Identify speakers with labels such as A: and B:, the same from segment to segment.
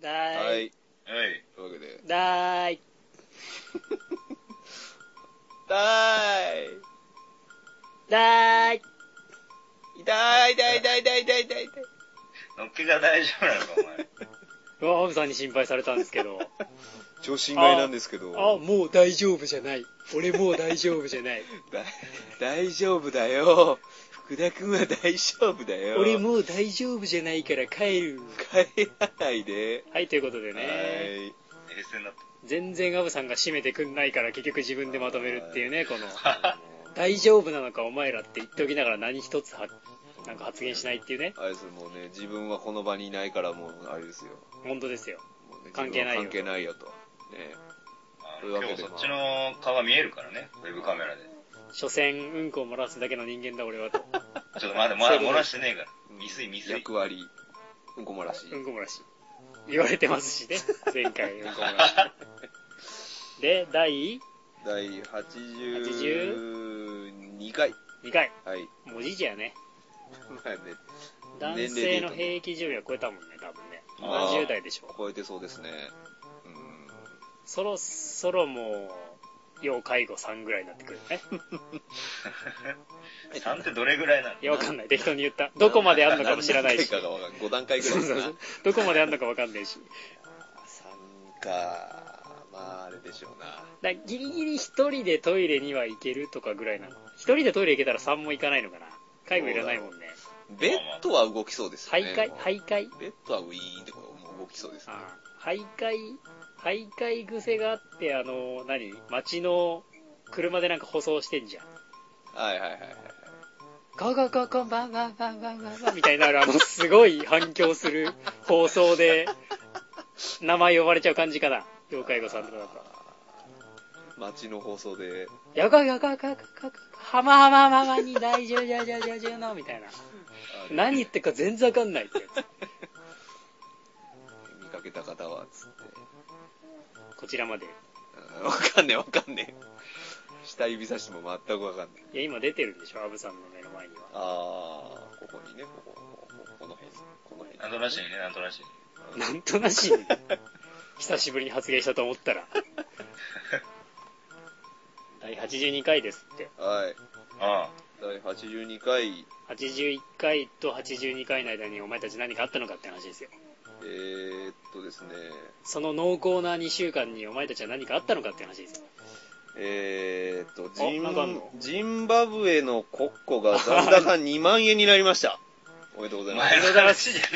A: だ
B: は
A: ーい。
B: い。
C: はい。
B: というわけで。
A: だーい。
B: 痛
A: だーい。
B: い痛い痛い痛い痛い痛い痛い痛い。
C: のっけが大丈夫なの か、お前。
A: うわ、アブさんに心配されたんですけど。
B: 超心外なんですけど。
A: あ、もう大丈夫じゃない。俺もう大丈夫じゃ ない。
B: だ大丈夫だよ。福田くんは大丈夫だよ。
A: 俺もう大丈夫じゃないから帰る。
B: 帰らないで。
A: はい、ということで
B: は
A: ね。
B: い。
C: 冷静になって。
A: 全然アブさんが締めてくんないから結局自分でまとめるっていうね、こ の。
B: あ
A: 大丈夫なのかお前らって言っておきながら何一つはなんか発言しないっていうね。
B: のあれですもうね、自分はこの場にいないからもう、あれですよ。
A: 本当ですよ。
B: もうね
A: 関係ないよ
B: 自分は関係ないよと。ね。
C: あ
B: という
C: の
B: わ
C: 今
B: けで
C: 日そっちの顔が見えるからね、ウェブカメラで。
A: 所詮、うんこを漏らすだけの人間だ俺は と。
C: ちょっとまだま
A: そうい
C: だ
A: うこと
C: 漏らしてねえから。
B: うん
C: 未遂未遂。
B: 役割。うんこもらし。
A: うんこ漏らし。言われてます しね。前回、うんこ漏らし。で、第
B: 第82回。
A: 2回。
B: はい。
A: もうじいじやね。
B: まあね、
A: 男性の平均寿命は超えたもんね、多分ね。
B: あー
A: 70代でしょ。
B: 超えてそうですね。うん。
A: そろそろもう、要介護3ぐらいになってくるよ ね。
C: 3ってどれぐらいなの
A: いや、わかんない。適当に言った。どこまであるのかも知らないし。
B: 何段階かがわかんない5段階ぐらいです
A: そう
B: な。
A: そうそうどこまであるのかわかんないし。
B: 3か、まああれでしょうな。
A: だギリギリ一人でトイレには行けるとかぐらいなの。一人でトイレ行けたら3も行かないのかな。介護いらないもんね。
B: ベッドは動きそうですよね。
A: 徘徊徘徊
B: ベッドはウィーンってこうもう動きそうですね。
A: ああ徘徊、徘徊癖があって、あの、何街の車でなんか舗装してんじゃん。
B: はいはいはいはい。
A: ゴゴゴゴバンバンバンバンバンバンみたいになる、あの、すごい反響する放送で、名前呼ばれちゃう感じかな。妖怪語さんとかだったら。
B: 街の放送で、
A: よこよこよこよこよこ、はまはまままに大丈夫じゃじゃじゃじゃの、みたいな。
B: あ
A: 何言ってるか全然わかんないってやつ。
B: 見かけた方は、つって。
A: こちらまで。
B: うんわかんねえわかんねえ。下指差しても全くわかんない。
A: いや、今出てるんでしょ、アブさんの目の前には。
B: あー、ここにね、ここ、こここの辺、この辺。
C: なんとなしにね、なんとなしに。
A: なんとなしに、久しぶりに発言したと思ったら。第82回ですって。
B: はい。
C: あ
B: 第82回、
A: 81回と82回の間にお前たち何かあったのかって話ですよ。
B: えー、っとですね、
A: その濃厚な2週間にお前たちは何かあったのかって話ですよ。
B: えー、っと、
A: お
B: ジ
A: なんかあんの
B: ン、ジンバブエの国庫が残 高2万円になりました。おめでとうござい
C: あ。
B: ます。
C: 前の話じゃね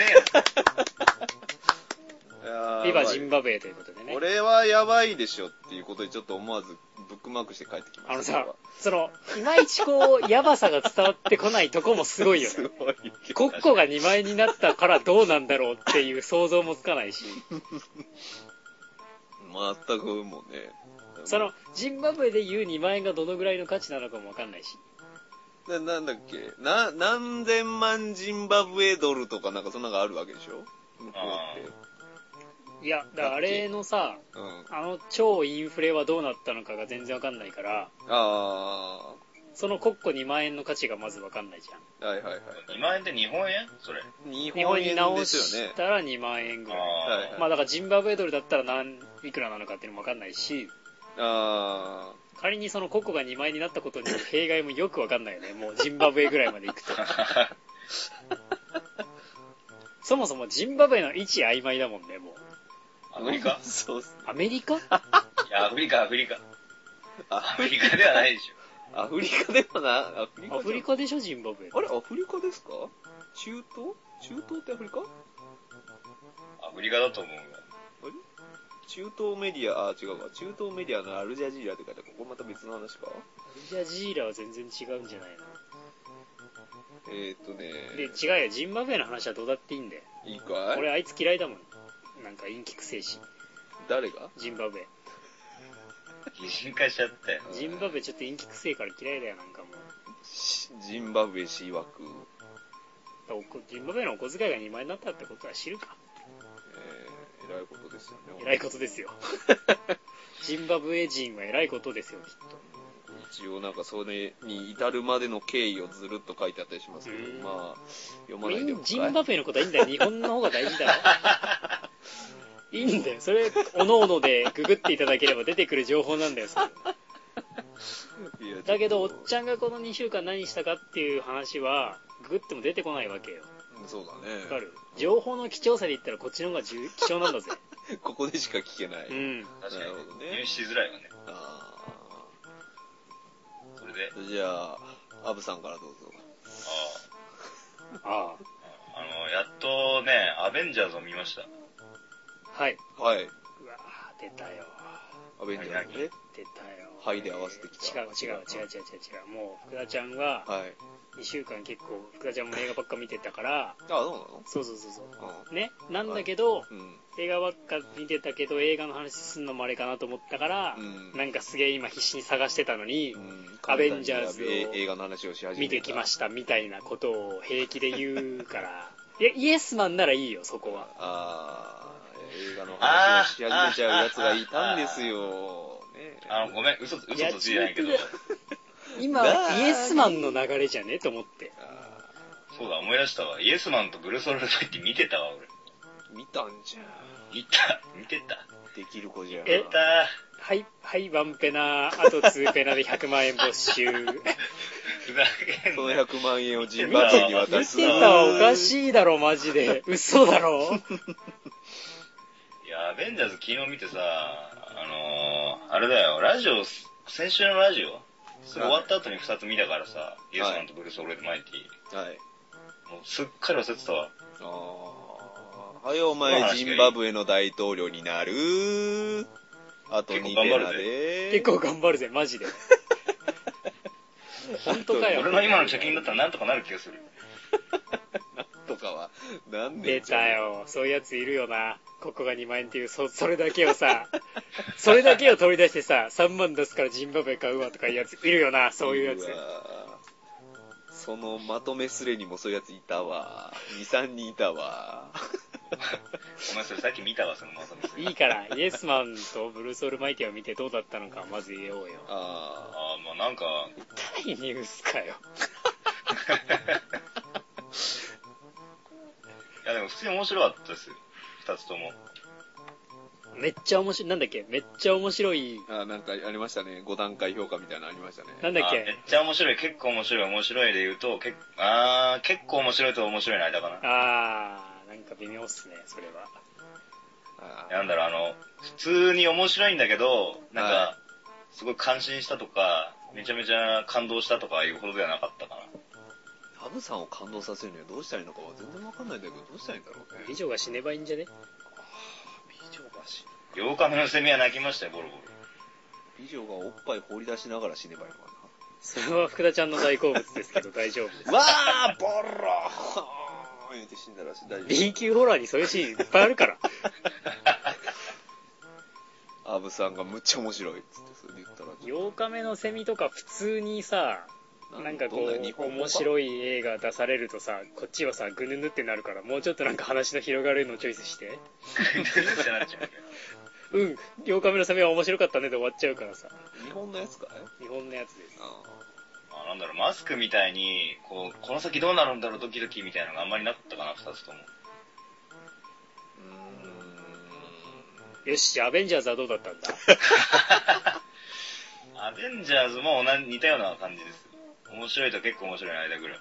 C: えよ。
A: ビバジ
B: ン
A: ンバブエということでね
B: こ。れはやばいでしょっていうことでちょっと思わずブックマークして帰ってきました。
A: あのさ、その、いまいちこう、やばさが伝わってこないとこもす ごいよ
B: す
A: ね。
B: ごいけど。
A: コッコが2枚になったからどうなんだろうっていう想像もつかないし、
B: 全くもうね。
A: その、ジンバブエで言う2万円がどのぐらいの価値なのかもわかんないし、
B: な、なんだっけな、何千万ジンバブエドルとかなんかそんなのがあるわけでしょ向こうって。
A: いや、だからあれのさ、
B: うん。
A: あの超インフレはどうなったのかが全然わかんないから、
B: あ
A: そのコッコ2万円の価値がまずわかんないじゃん。
B: ー、はいはいはい。
C: 2万円で日本円それ。
B: 日
A: 日本
B: 本
A: に
B: 円
A: 直
B: ですよ
A: し
B: ね。
A: たら2万円ぐらい。
B: はい
C: あ
B: は
A: まあだからジンバブエドルだったら何、いくらなのかっていうのもわかんないし、
B: あ
A: 仮にそのコッコが2枚になったことによる弊害もよくわかんないよね。もうジンバブエぐらいまで行くと。
C: あ。
A: そもそもジンバブエの位置曖昧だもんね、もう。
B: ー。
C: アフリカ
B: そうっすね
A: アメリカ
C: いや、アフリカ、アフリカ。ア
B: あ
C: フリカではないでしょ。
B: アフリカでもな、アフリカ
A: アフリ
B: カ
A: カでしょ、ジンバブエ。
B: あれ、アフリカですか中東中東ってアフリカ
C: アフリカだと思うわ。
B: 中東メディア、あ、違うか。中東メディアのアルジャジーラって書いてある。ここまた別の話か
A: ジャジーラは全然違うんじゃないの
B: えー、っとね。
A: で、違うよ、ジンバブエの話はどうだっていいんだよ。
B: いいかい
A: 俺、あいつ嫌いだもん。なんか陰気くせえし、
B: 誰が
A: ジンバブエ。
C: 擬人化しちゃったよ。
A: ジンバブエちょっと陰気くせえから嫌いだよ、なんかもう。
B: しジンバブエ氏曰く。
A: だからおこジンバブエのお小遣いが2万円になったってことは知るか。
B: えー、偉いことですよね。
A: 偉いこ とですよ。ジンバブエ人は偉いことですよ、きっと。
B: 一応なんかそれに至るまでの経緯をずるっと書いてあったりしますけど
A: うん、
B: まあ、読ま
A: メ
B: ない
A: イ
B: でお
A: ン
B: く
A: ジ
B: か
A: ン
B: い
A: バブエのことはいいんだよ。日本の方が大事だろ。いいんだよ。それ、おのおのでググっていただければ出てくる情報なんだよ、それ
B: いや
A: だけど、おっち
B: ゃ
A: ゃんがこの2週間何したかっていう話は、ググっても出てこないわけよ。
B: んそうだ
A: わ
B: ね
A: かる情報の貴重さで言ったらこっちの方が重貴重なんだぜ。
B: ここでしか聞けない、
A: うん。
C: 確か
B: なるほど
C: に、
B: ね
C: 入手しづらいわね。
B: あ
C: それで、
B: ーじゃあアブさんからどうぞ
C: あ
A: あ
C: あ、あの、やっとね、アベンジャーズを見ました。
A: あ。はい。
B: はいう
A: わぁ、出たよ。
B: アベンジャーズね
A: 出たよ。
B: はいで合わせてきた
A: 違う違う違う違う違う違う。もう、福田ちゃんは、
B: はい
A: 2週間結構、福田ちゃんも映画ばっか見てたから、
B: あど
A: そうそうそうそう
B: なの
A: う。ね。なんだけど、
B: うんうん
A: 映画ばっか見てたけど、映画の話すんのもあれかなと思ったから、
B: うん
A: なんかすげえ今必死に探してたのに、
B: うん
A: アベンジャーズを
B: え映画の話をし始めた
A: 見てきましたみたいなことを平気で言うから、いや、イエスマンならいいよ、そこは。
B: あー映画の話をし始めちゃうやつがいたんですよ、ね、
C: あの、ごめん、嘘、嘘とついてないけど
A: い、や今はイエスマンの流れじゃねと思って。
B: あ
C: そうだ、思い出したわ。イエスマンとグルソルフって見てたわ、俺。
B: ー見たんじゃ
C: 見た、見てた。
B: んできる子じゃん
A: え
C: 見た。
A: はい、はい、ワンペナ、あとツーペナで100万円没収。
C: ふざけん
B: その
C: なよ。
B: 100万円をジンバブエに渡
A: 見
B: す
A: てたはおかしいだろ、マジで。嘘だろ。
C: いや、アベンジャーズ昨日見てさ、あのー、あれだよ、ラジオ、先週のラジオ、それ終わった後に2つ見たからさ、イエスマンとブルース・オールドマイティ。
B: はい
C: もうすっかり忘れてたわ。
B: あーはいお前ジンバブエの大統領になるあと2
C: 結構頑張
B: ペ
C: る
B: ナ
C: ぜ
B: で
A: 結構頑張るぜ、マジで。本当かよ
C: 俺の今の貯金だったらなんとかなる気がする。
B: とかはなんで
A: 出たよ。そういうやついるよな。ここが2万円っていう、そ、それだけをさ、 それだけを取り出してさ、3万出すからジンバブエ買うわとかいうやついるよな、そういうやつ。
B: わーそのまとめすれにもそういうやついたわ23人いたわ
C: お前それさっき見たわ、そのまさみさん。
A: いいから、イエスマンとブルース・オールマイティを見てどうだったのか、まず言おうよ。
B: あ
C: あー、まあなんか、
A: 痛いニュースかよ。
C: いやでも普通に面白かったですよ。2つとも。
A: めっちゃ面白い、なんだっけめっちゃ面白い、
B: ーあーなんかありましたね5段階評価みたいなのありましたね
A: なんだっ
C: あめっ
A: け
C: ちゃ面白い、結構面白い、面白いで言うと、けあー、結構面白いと面白いの間かな。
A: あー、なんか微妙っすね、それは。
B: あー
C: なんだろう、あの、普通に面白いんだけど、なんか、
B: は
C: すごい感心したとか、めちゃめちゃ感動したとかいうほどではなかったかな。
B: ハブさんを感動させるにはどうしたらいいのかは全然わかんないんだけど、どうしたらいいんだろうね。
A: 美女が死ねばいいんじゃね
C: 8日目のセミは泣きましたよ、ボロボロ。
B: 美女がおっぱい放り出しながら死ねばいいのか
A: それは福田ちゃんの大好物ですけど、大丈夫です
B: な。。わー、ボロー言うて死んだらしい。大丈
A: B 級ホラーにそういうシーンいっぱいあるから。
B: 夫。アブさんがむっちゃ面白いっつって、それで言ったら。
A: 8日目のセミとか普通にさ、なんかこう、面白
B: い。
A: い映画出されるとさ、こっちはさ、ぐぬぬってなるから、もうちょっとなんか話の広がるのをチョイスして。
C: ってなっちゃうけど
A: うん、8日目のセミは面白かったねで終わっちゃうからさ。
B: 日本のやつかい
A: 日本のやつです。
B: あ
C: まあ、なんだろう、マスクみたいに、こう、この先どうなるんだろう、ドキドキみたいなのがあんまりなかったかな、2つとも。
B: ーうー
A: よし、じゃあアベンジャーズはどうだった んだ
C: アベンジャーズも同じ似たような感じです。面白いと結構面白いの間ぐらい。
B: ん。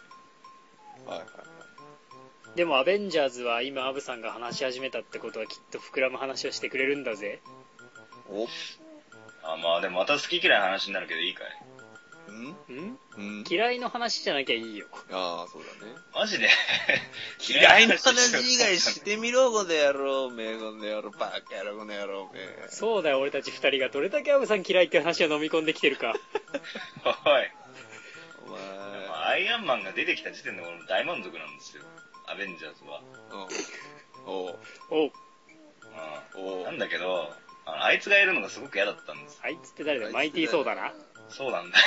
B: はいはい
A: でもアベンジャーズは今アブさんが話し始めたってことはきっと膨らむ話をしてくれるんだぜ。
B: はい。
C: あ、まあでもまた好き嫌いの話になるけどいいかい
B: おん
A: ん
B: うん
A: 嫌いの話じゃなきゃいいよ。
B: ああ、そうだね。
C: マ ジで
B: 嫌いな話以外してみろ、この野郎、めこの野郎、バカ野郎、この野郎、め。
A: そうだよ、俺たち二人がどれだけアブさん嫌いって話を飲み込んできてる か。
C: おい。
B: お前。
C: まあアイアンマンが出てきた時点で俺も大満足なんですよ。アベンジャーズは。
B: うんおう
A: おう、
B: お
C: うん。
B: う
C: なんだけど、あのあいつがいるのがすごく嫌だったんですよ。
A: あいつって誰だ
B: あいつって誰だ
A: マイティーそうだな。
C: そうなんだよ。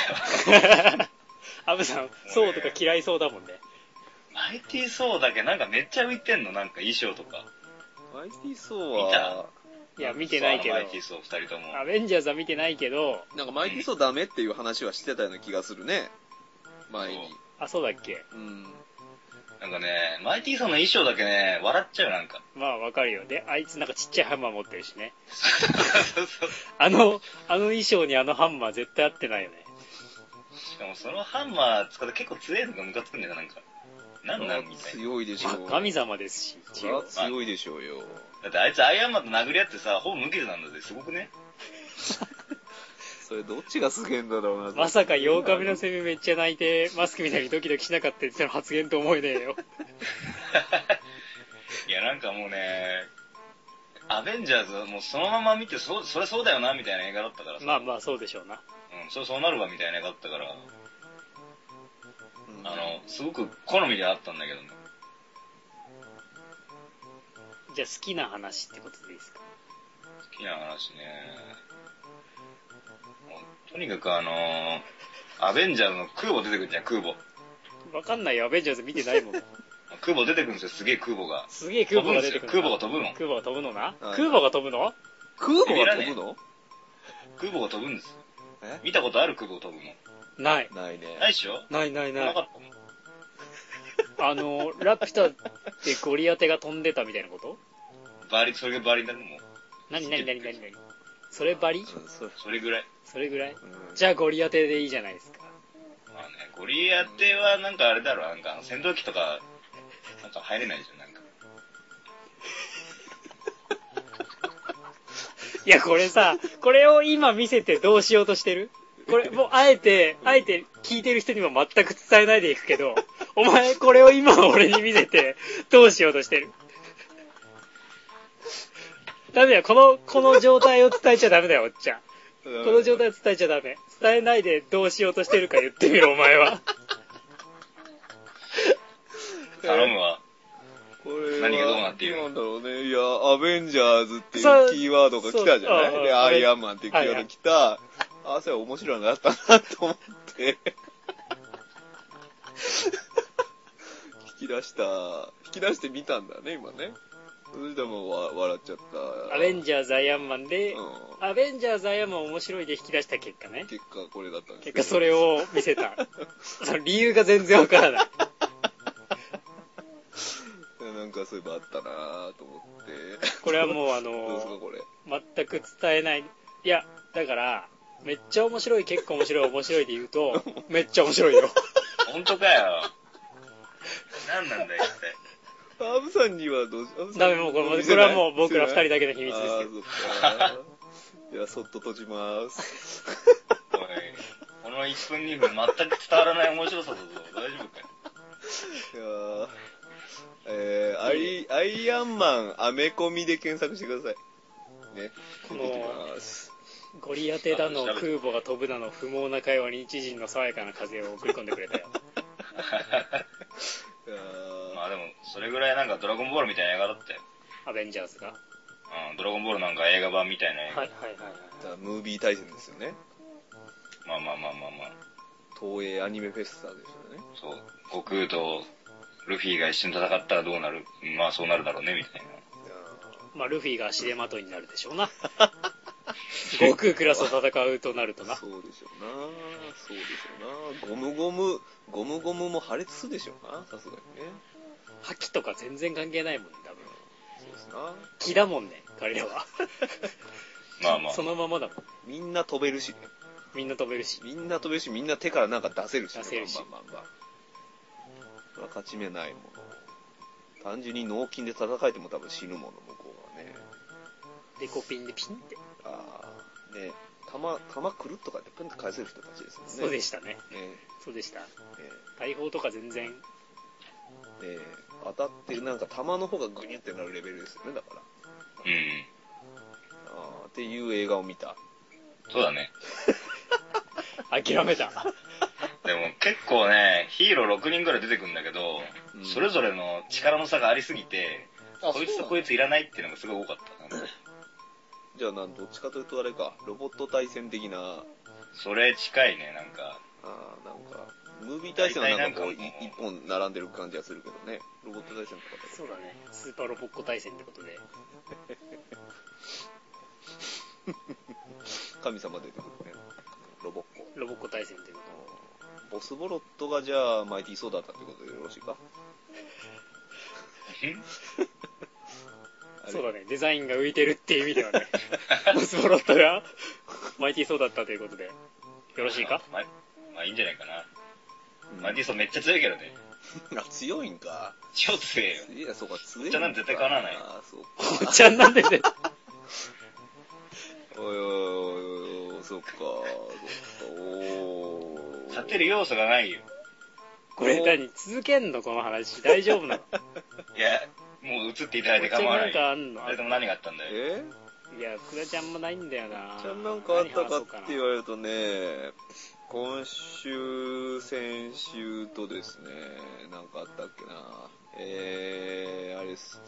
A: アブさん、そうとか嫌いそうだもんね。
C: マイティーソーだけなんかめっちゃ浮いてんの、なんか衣装とか。
B: マイティーソー
C: 見
B: は
C: た、
A: いや、見てないけど
C: そうあ。のマイティーソー二人とも。
A: アベンジャーズは見てないけど、
B: なんかマイティーソーダメっていう話はしてたような気がするね。前に。
A: あ、そうだっけ
B: うん。
C: なんかね、マイティさんの衣装だけね、笑っちゃう、なんか。
A: まあわかるよ。で、あいつなんかちっちゃいハンマー持ってるしね。
C: そうそう
A: あの、あの衣装にあのハンマー絶対合ってないよね。
C: しかもそのハンマー使って結構強いのがムカつくんだよな、なんか。なんなんみたいな。
B: 強いでしょう。
A: 神様ですし、一応。
B: そりゃ強いでしょうよ。
C: だってあいつアイアンマンと殴り合ってさ、ほぼ無傷なんだぜ、すごくね。
B: それどっちがすげえんだろうな。
A: まさか8日目のセミめっちゃ泣いて、マスクみたいにドキドキしなかったって言ってたの発言と思えねえよ。
C: いや、なんかもうね、アベンジャーズもうそのまま見て、そそれそうだよな、みたいな映画だったからさ。
A: まあまあそうでしょうな。
C: うん、それそうなるわ、みたいな映画だったから、
B: うん
C: あの、すごく好みではあったんだけどね。
A: じゃあ好きな話ってことでいいですか
C: 好きな話ね。もうとにかくあのーアベンジャーズの空母出てくるじゃん、空母。
A: わかんないよ、アベンジャーズ見てないもん。
C: 空母出てくるんですよ、すげえ空母が。
A: すげえ空母が出てくる。
C: 飛ぶんですよ空母が飛ぶの
A: 空母が飛ぶのな。
B: はい
A: 空母が飛ぶの
B: 空母が飛ぶの
C: 空母が飛ぶんですよ。
B: え
C: 見たことある空母飛ぶの。
A: ない。
B: ないね。
C: ないっしょ
A: ないないな
C: ないか。ったもん。
A: あの、ラピュタってゴリアテが飛んでたみたいなこと
C: バリ、それがバリになるもん。
A: 何何何何何そればり
B: うんそう
C: それぐらい。
A: それぐらい
B: うん
A: じゃあゴリアテでいいじゃないですか。
C: まあね、ゴリアテはなんかあれだろ、なんかあの戦闘機とか、なんか入れないじゃん、なんか。
A: いや、これさ、これを今見せてどうしようとしてるこれ、もう、あえて、あえて聞いてる人にも全く伝えないでいくけど、お前、これを今俺に見せて、どうしようとしてるダメだよ、この、この状態を伝えちゃダメだよ、おっちゃん。この状態を伝えちゃダメ。伝えないでどうしようとしてるか言ってみろ、お前は。
C: 頼むわ。
B: これは
C: 何がどうなっている
B: なんだろうね。いや、アベンジャーズってい
A: そう
B: うキーワードが来たじゃない
A: そうあ
B: で、
A: あ
B: アイアンマンっていうキーワード来た。あ、それ面白いのだったなと思って。引き出した、引き出してみたんだね、今ね。それでもわ笑っちゃった。
A: アベンジャーズ・アイアンマンで、
B: う
A: アベンジャーズ・アイアンマン面白いで引き出した結果ね
B: ん。。結果これだったんですけど
A: 結果それを見せた。 その理由が全然わからない。
B: なんかそういえばあったなと思って。
A: これはもうあ
B: どうですか、
A: の
B: これ。
A: 全く伝えない。いや、だから、めっちゃ面白い、結構面白い、面白いで言うと、めっちゃ面白い よ。
C: 本当かよ。なんなんだよ、一体。
B: アブさんにはどうし、アブさん
A: ダメ、もうこれ、
B: 見
A: こ
B: せ
A: れ
B: ない
A: はもう僕ら二人だけの秘密です
B: あ
A: よ。
B: ーそっか。いや、そっと閉じます。
C: おい、この1分2分全く伝わらない面白さだぞ。大丈夫かよ。
B: いやーえー、アイ、アイアンマン、アメコミで検索してください。ね。
A: もう
B: 出てきます。
A: ゴリアテだの、空母が飛ぶだの、不毛な会話に一陣の爽やかな風を送り込んでくれたよ。
B: いやー
C: まあでも、それぐらいなんかドラゴンボールみたいな映画だったよ。
A: アベンジャーズが。は
C: うん、ドラゴンボールなんか映画版みたいな映
A: い
C: 画。
A: はいはい
B: じゃあムービー対戦ですよね。
C: まあまあまあまあまあ。
B: 東映アニメフェスタですよね。
C: そう、悟空とルフィが一緒に戦ったらどうなるまあそうなるだろうね、みたいな。
B: いや
A: まあ、ルフィが足手まといになるでしょうな。悟空クラスと戦うとなると
B: ー
A: な。
B: そうでしょうなそうでしょうなゴムゴム、ゴムゴムも破裂するでしょうなさすがにね。
A: 覇気とか全然関係ないもんね、多分。
B: そうですな
A: 気だもんね、彼らは。
C: まあまあ。
A: そのままだもん。
B: みんな飛べるしね。
A: みんな飛べるし。
B: みんな飛べるし、みんな手からなんか出せるし、
A: 出せるし
B: バンバンバンバン。それは勝ち目ないもの。単純に脳筋で戦えても多分死ぬもの、向こうはね。
A: デコピンでピンって。
B: ああ、ね、弾、弾くるっとかってプンと返せる人たちですもんね。
A: そうで
B: し
A: したね。
B: ね
A: そうでした。
B: ね
A: 大砲とか全然。
B: ね当たって、なんか弾の方がグニュってなるレベルですよね、だから。
C: うん。
B: ああ、っていう映画を見た。
C: そうだね。
A: 諦めた。
C: でも結構ね、ヒーロー6人ぐらい出てくるんだけど、
B: うん
C: それぞれの力の差がありすぎて、
B: あ
C: こいつとこいついらないっていうのがすごい多かった。
B: じゃあなん、どっちかというとあれか、ロボット対戦的な、
C: それ近いね、なんか。
B: あーなんか、ムービー対戦はなんかこう、
C: 大体なんかもう
B: い一本並んでる感じがするけどね。ロボット対戦とかだと
A: そうだね。スーパーロボッコ対戦ってことで。
B: 神様出てくるね。ロボッコ。
A: ロボッコ対戦っていうこ
B: ボスボロットがじゃあ、マイティーソーダだったってことでよろしいか
C: ん
B: あれ
A: そうだね、デザインが浮いてるっていう意味ではね、モスボロットがマイティーソーだったということで、よろし いか
C: まあ、まあいいんじゃないかな。
B: うん
C: マディソンめっちゃ強いけどね。
B: あ、強いんか。
C: 超強いよ。
B: いや、そうか、強い。
C: じゃあなんか絶対かなわない
B: あー、そう
A: おっちゃんなんでね、
B: か。おいおいおいおい、そっか、そっか、おー。
C: 勝てる要素がないよ。
A: これ何続けんのこの話。大丈夫なのこ
C: いや、もう映っていただいて
A: っち
C: 構わ
A: な
C: なんい
A: か
C: よ。
A: あんの
C: 誰とも何があったんだよ。
B: え
A: いや、福田ちゃんもないんだよな。
B: ちゃんなんかあったかって言
A: う。
B: われるとね、今週、先週とですね、なんかあったっけな。えー、あれです。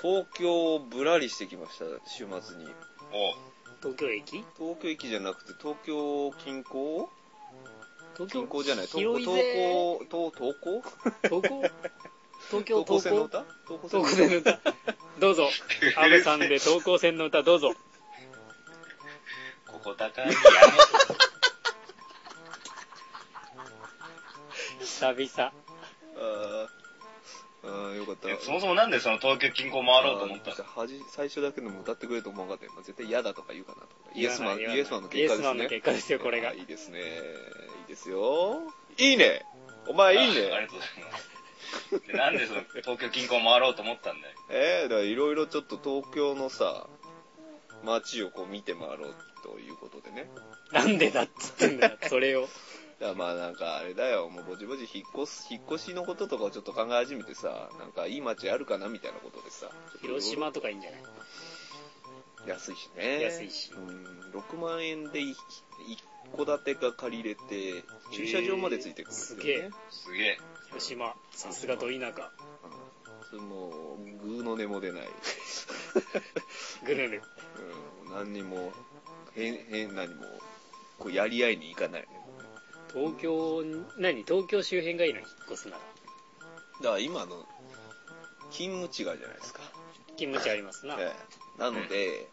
B: 東京をぶらりしてきました、週末に。
C: おう
A: 東京駅
B: 東京駅じゃなくて、東京近郊
A: 東京
B: 近郊じゃない、東
A: 広
B: 京、
A: い
B: 東
A: ぜ
B: 京、東東京
A: 東京東
B: 東
A: 京東
B: 高線の
A: 京
B: 歌東高
A: 東
B: 線
A: 高
B: の
A: 線の歌。どうぞ。安倍さんで東高線の歌どうぞ。
C: ここ高 い山。
A: 久々。
B: あーあー、よかった。
C: えそもそもなんでその東京近郊回ろうと思った
B: あーはじ最初だけでも歌ってくれると思わなかったよ。まあ絶対嫌だとか言うかなとか。イ
A: 言
B: エ
A: わ
B: ス
A: な
B: マ
A: い
B: ン、イ
A: 言わない
B: エスマンの結果ですね。
A: イエスマンの結果ですよこれが
B: あーいいですね。いいですよ。いいね。お前いい
C: ああり
B: ね。
C: がとうございます。でなんでその東京近郊回ろうと思ったんだよ。
B: えー、だからいろいろちょっと東京のさ、街をこう見て回ろうということでね。
A: なんでだっつってんだよ、それを。
B: だからまあなんかあれだよ、もうぼちぼち引っ越す、引っ越しのこととかをちょっと考え始めてさ、なんかいい街あるかなみたいなことでさ。
A: 広島とかいいんじゃない
B: 安いしね
A: 安いし
B: うん6万円で一戸建てが借りれて駐車場までついてくるんですよ、ね
A: へー
C: すげえ。
A: 広島、さすがど田舎。
B: うんそれもうグーの根も出ない、
A: グルメ。
B: うん、何にも変変何もこうやり合いに行かないよね
A: 東京に、何東京周辺がいいの引っ越すなら。
B: だから今の勤務地がじゃないですか、
A: 気持ちありますな。
B: ええなので、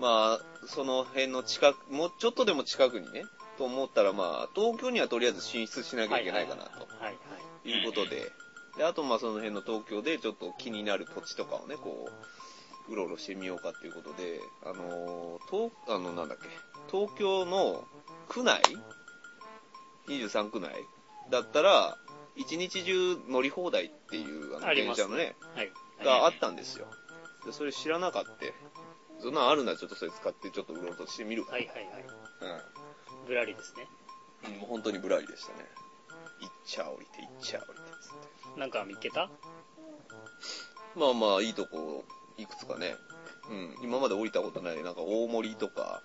B: まあその辺の近くもうちょっとでも近くにねと思ったらまあ東京にはとりあえず進出しなきゃいけないかなと、
A: はいはい。
B: ということで、であとまあその辺の東京でちょっと気になる土地とかをね、こう、うろうろしてみようかっていうことで、あのー、東、あの、なんだっけ、東京の区内 ?23 区内だったら、一日中乗り放題っていう、あ
A: あ
B: の、
A: り
B: 電
A: ます
B: 車のね、
A: はい。
C: はい
B: があったんですよ。で、それ知らなかった。そんなんあるならちょっとそれ使ってちょっとうろうろしてみるか。
A: はいはいはい。
B: う
A: ぶらりですね。
B: ん。もう本当にぶらりでしたね。いっちゃ降りて、いっちゃ降りてっつって。
A: なんか見っけた
B: まあまあ、いいとこ、いくつかね。うん。今まで降りたことない、なんか大森とか、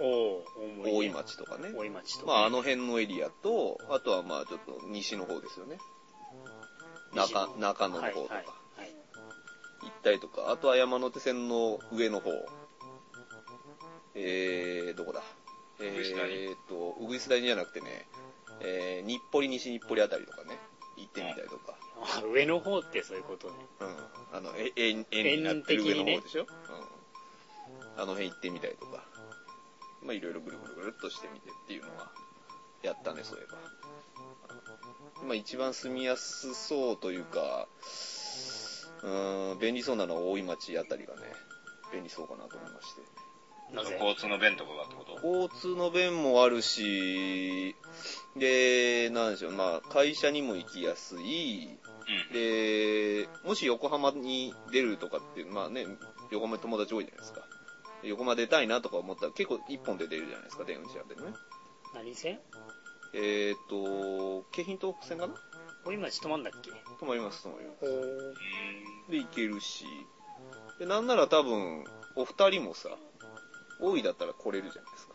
A: おお、大森ね
B: 大井。町とかね。
A: 大井町と
B: ま
A: か。
B: あ、あの辺のエリアと、あとはまあ、ちょっと西の方ですよね。中、中野の方とか、
A: はいはいはい
B: 一帯とか、あとは山手線の上の方。えー、どこだ
C: うぐいす谷
B: えーっと、うぐいす谷じゃなくてね、えー、日暮里、西日暮里あたりとかね、行ってみたりとか。
A: あ上の方ってそういうことね。
B: うんあの、え円、円になってる上の方でしょ、うん。あの辺行ってみたりとか。まあ、いろいろぐるぐるぐるっとしてみてっていうのは、やったね、そういえば。まあ、一番住みやすそうというか、うーん、便利そうなのは大井町あたりがね、便利そうかなと思いまして。
A: なぜ
C: 交通の便とかがってこと
B: 交通の便もあるし、で、なんでしょう、まあ、会社にも行きやすい、
C: うん。
B: で、もし横浜に出るとかっていう、まあね、横浜に友達多いじゃないですか。で横浜出たいなとか思ったら結構一本で出るじゃないですか、電車でね。
A: 何線
B: えっ、と、京浜東北線かな
A: 大井町止まんだっけ
B: 止まります、止まりま
A: おー
B: す。で、行けるし。で、なんなら多分、お二人もさ、大井だったら来れるじゃないですか。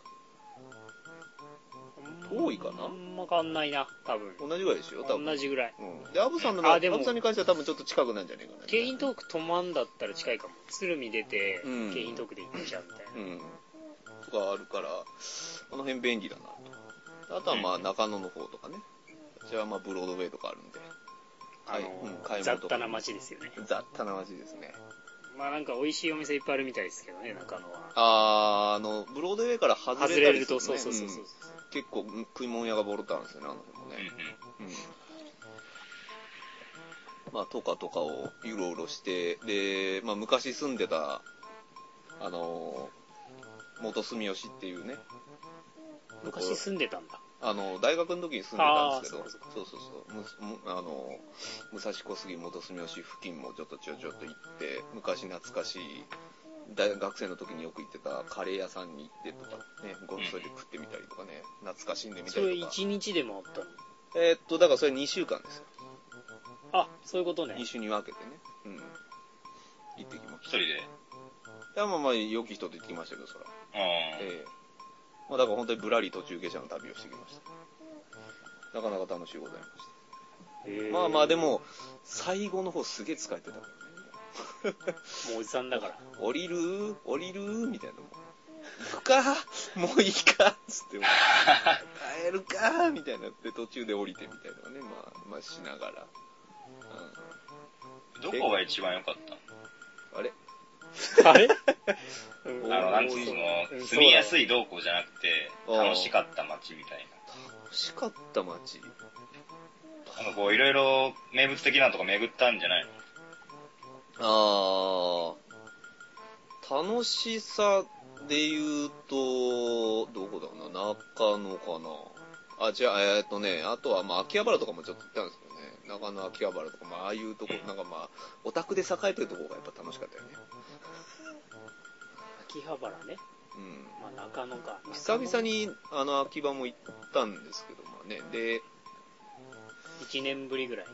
B: 遠いかな
A: あんま変わんないな、多分。
B: 同じぐらいでしょ、多分。
A: 同じぐらい。
B: うん。で、アブさんの、
A: あ
B: ア
A: でも
B: ブさんに関しては多分ちょっと近くなんじゃねえかな。
A: 京浜トーク止まんだったら近いかも。鶴見出て、
B: うん
A: 京浜トークで行っちゃうみたいな。
B: うん。とかあるから、この辺便利だなと。あとはまあ中野の方とかね。こちらはまあブロードウェイとかあるんで。
A: あ
B: はいうん
A: の、
B: 買い
A: 雑
B: 物とか
A: 多な街ですよね。
B: 雑多な街ですね。
A: まあなんか美味しいお店いっぱいあるみたいですけどね、中野は。
B: あー、あの、ブロードウェイから外
A: 外
B: れた
A: れ
B: り
A: る
B: する、
A: と、
B: ね、
A: そうそうそうそう。
B: うん結構食い物屋がボロッとあるんですよね、あの辺も
C: うんう
B: ね。
C: ん。
B: うん。まあ、とかとかをうろうろして、で、まあ、昔住んでた、あのー、元住吉っていうね、ところ
A: 昔住んでたんだ。
B: あの、大学の時に住んでたんですけど、
A: あー
B: そ
A: そう
B: そうそう、むむあの、武蔵小杉元住吉付近もちょっとちょちょっと行って、昔懐かしい、大学生の時によく行ってたカレー屋さんに行ってとかね、ごちそうで食ってみたりとかね、懐かしんでみた
A: それ
B: りとか。
A: 1日でもあったの。
B: えーっと、だからそれ2週間ですよ。
A: あ、そういうことね
B: 2。週に分けてね。うん。行ってきまし
C: 一人
B: た。い
C: で。
B: や、まあまあ、良き人と行ってきましたけど、そら。
C: うん。
B: ええまあ、だから本当にぶらり途中下車の旅をしてきました。なかなか楽しいございました。
A: へー
B: まあまあで。も、最後の方すげえ疲れてたからね。
A: もうおじさんだから。
B: 降りる降りるみたいなもう。行くかもういいかつって、もう帰るかみたいになって、途中で降りてみたいなのね、まあ、まあしながら。
C: どこが一番良かった
B: うん、あれ
A: あれ
B: お
C: のあの、なんつう
A: う
C: の、
A: ん
C: 住みやすいどうこうじゃなくて、
B: あー
C: 楽しかった街みたい
B: 楽しかった街。
C: な。なんかこう、いろいろ名物的なとこ巡ったんじゃないの
B: あー、楽しさで言うと、どこだろうな、中野かな。あ、じゃあ、えーっとね、あとは、まあ、秋葉原とかもちょっと行ったんですけどね、中野秋葉原とか、まあ、ああいうとこ、なんかまあ、オタクで栄えてるとこがやっぱ楽しかったよね。
A: 秋葉原ね。
B: うん。
A: まあ中野か。
B: 久々
A: に。
B: に、あの、秋葉も行ったんですけど、まあね、で、
A: 1年ぶりぐらい。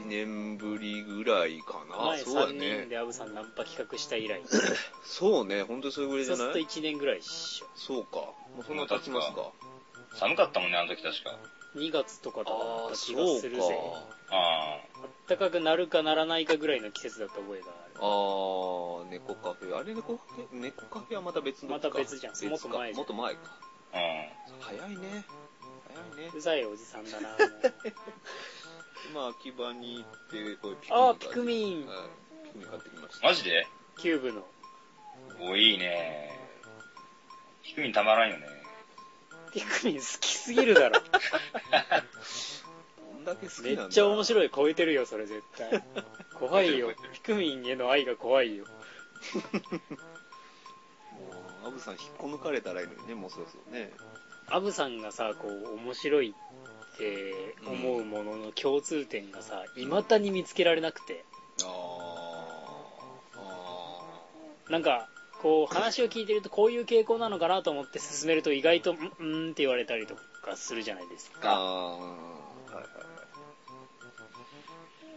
B: 1年ぶりぐらいかな。
A: 前
B: そうだ
A: 3人
B: ね。
A: でアブさんナンパ企画した以来。
B: そうね、本当にそれぐらいじ
A: そ
B: ゃ
A: うする
B: な
A: と
B: い
A: 1年ぐらいっしょ。
B: そうか。もうそんな経ちますか。
C: 寒かったもんね、あの時確か。
A: 2月とかだった気がするぜ。
C: あ
A: あったかくなるかならないかぐらいの季節だった覚えがあ
B: あ
A: る。
B: ー、猫カフェ。あれ猫カフェ、猫カフェはまた別の
A: また別じゃん
B: 別か
A: もっと前じゃん
B: もっと前か。
C: あ、
B: 早いね。早いね
A: う。ざいおじさんだな。もう
B: 今、秋葉に行って、これピ
A: あー、ピクミ
B: ン
A: ン
B: 買って。はい。ピクミン買ってきまし
C: うん。
B: た。
C: マジで
A: キュ ーブの。
C: お、いいね。低いにたまらんよね。
A: ピクミン好きすぎるだろ。
B: どんだけ好きなん
A: め
B: だ
A: っちゃ面白い。超えてるよ、それ絶対。怖いよ
C: 超えてる超えてる。
A: ピクミンへの愛が怖いよ。
B: もう、アブさん引っこ抜かれたらいいのにね、もうそろそろね。
A: アブさんがさ、こう、面白いって思うものの共通点がさ、未だに見つけられなくて。
B: あー。あ
A: なんか、こう、話を聞いてるとこういう傾向なのかなと思って進めると意外と、んうーんって言われたりとかするじゃないです
B: ー。
A: か。
B: あー。はいはいはい。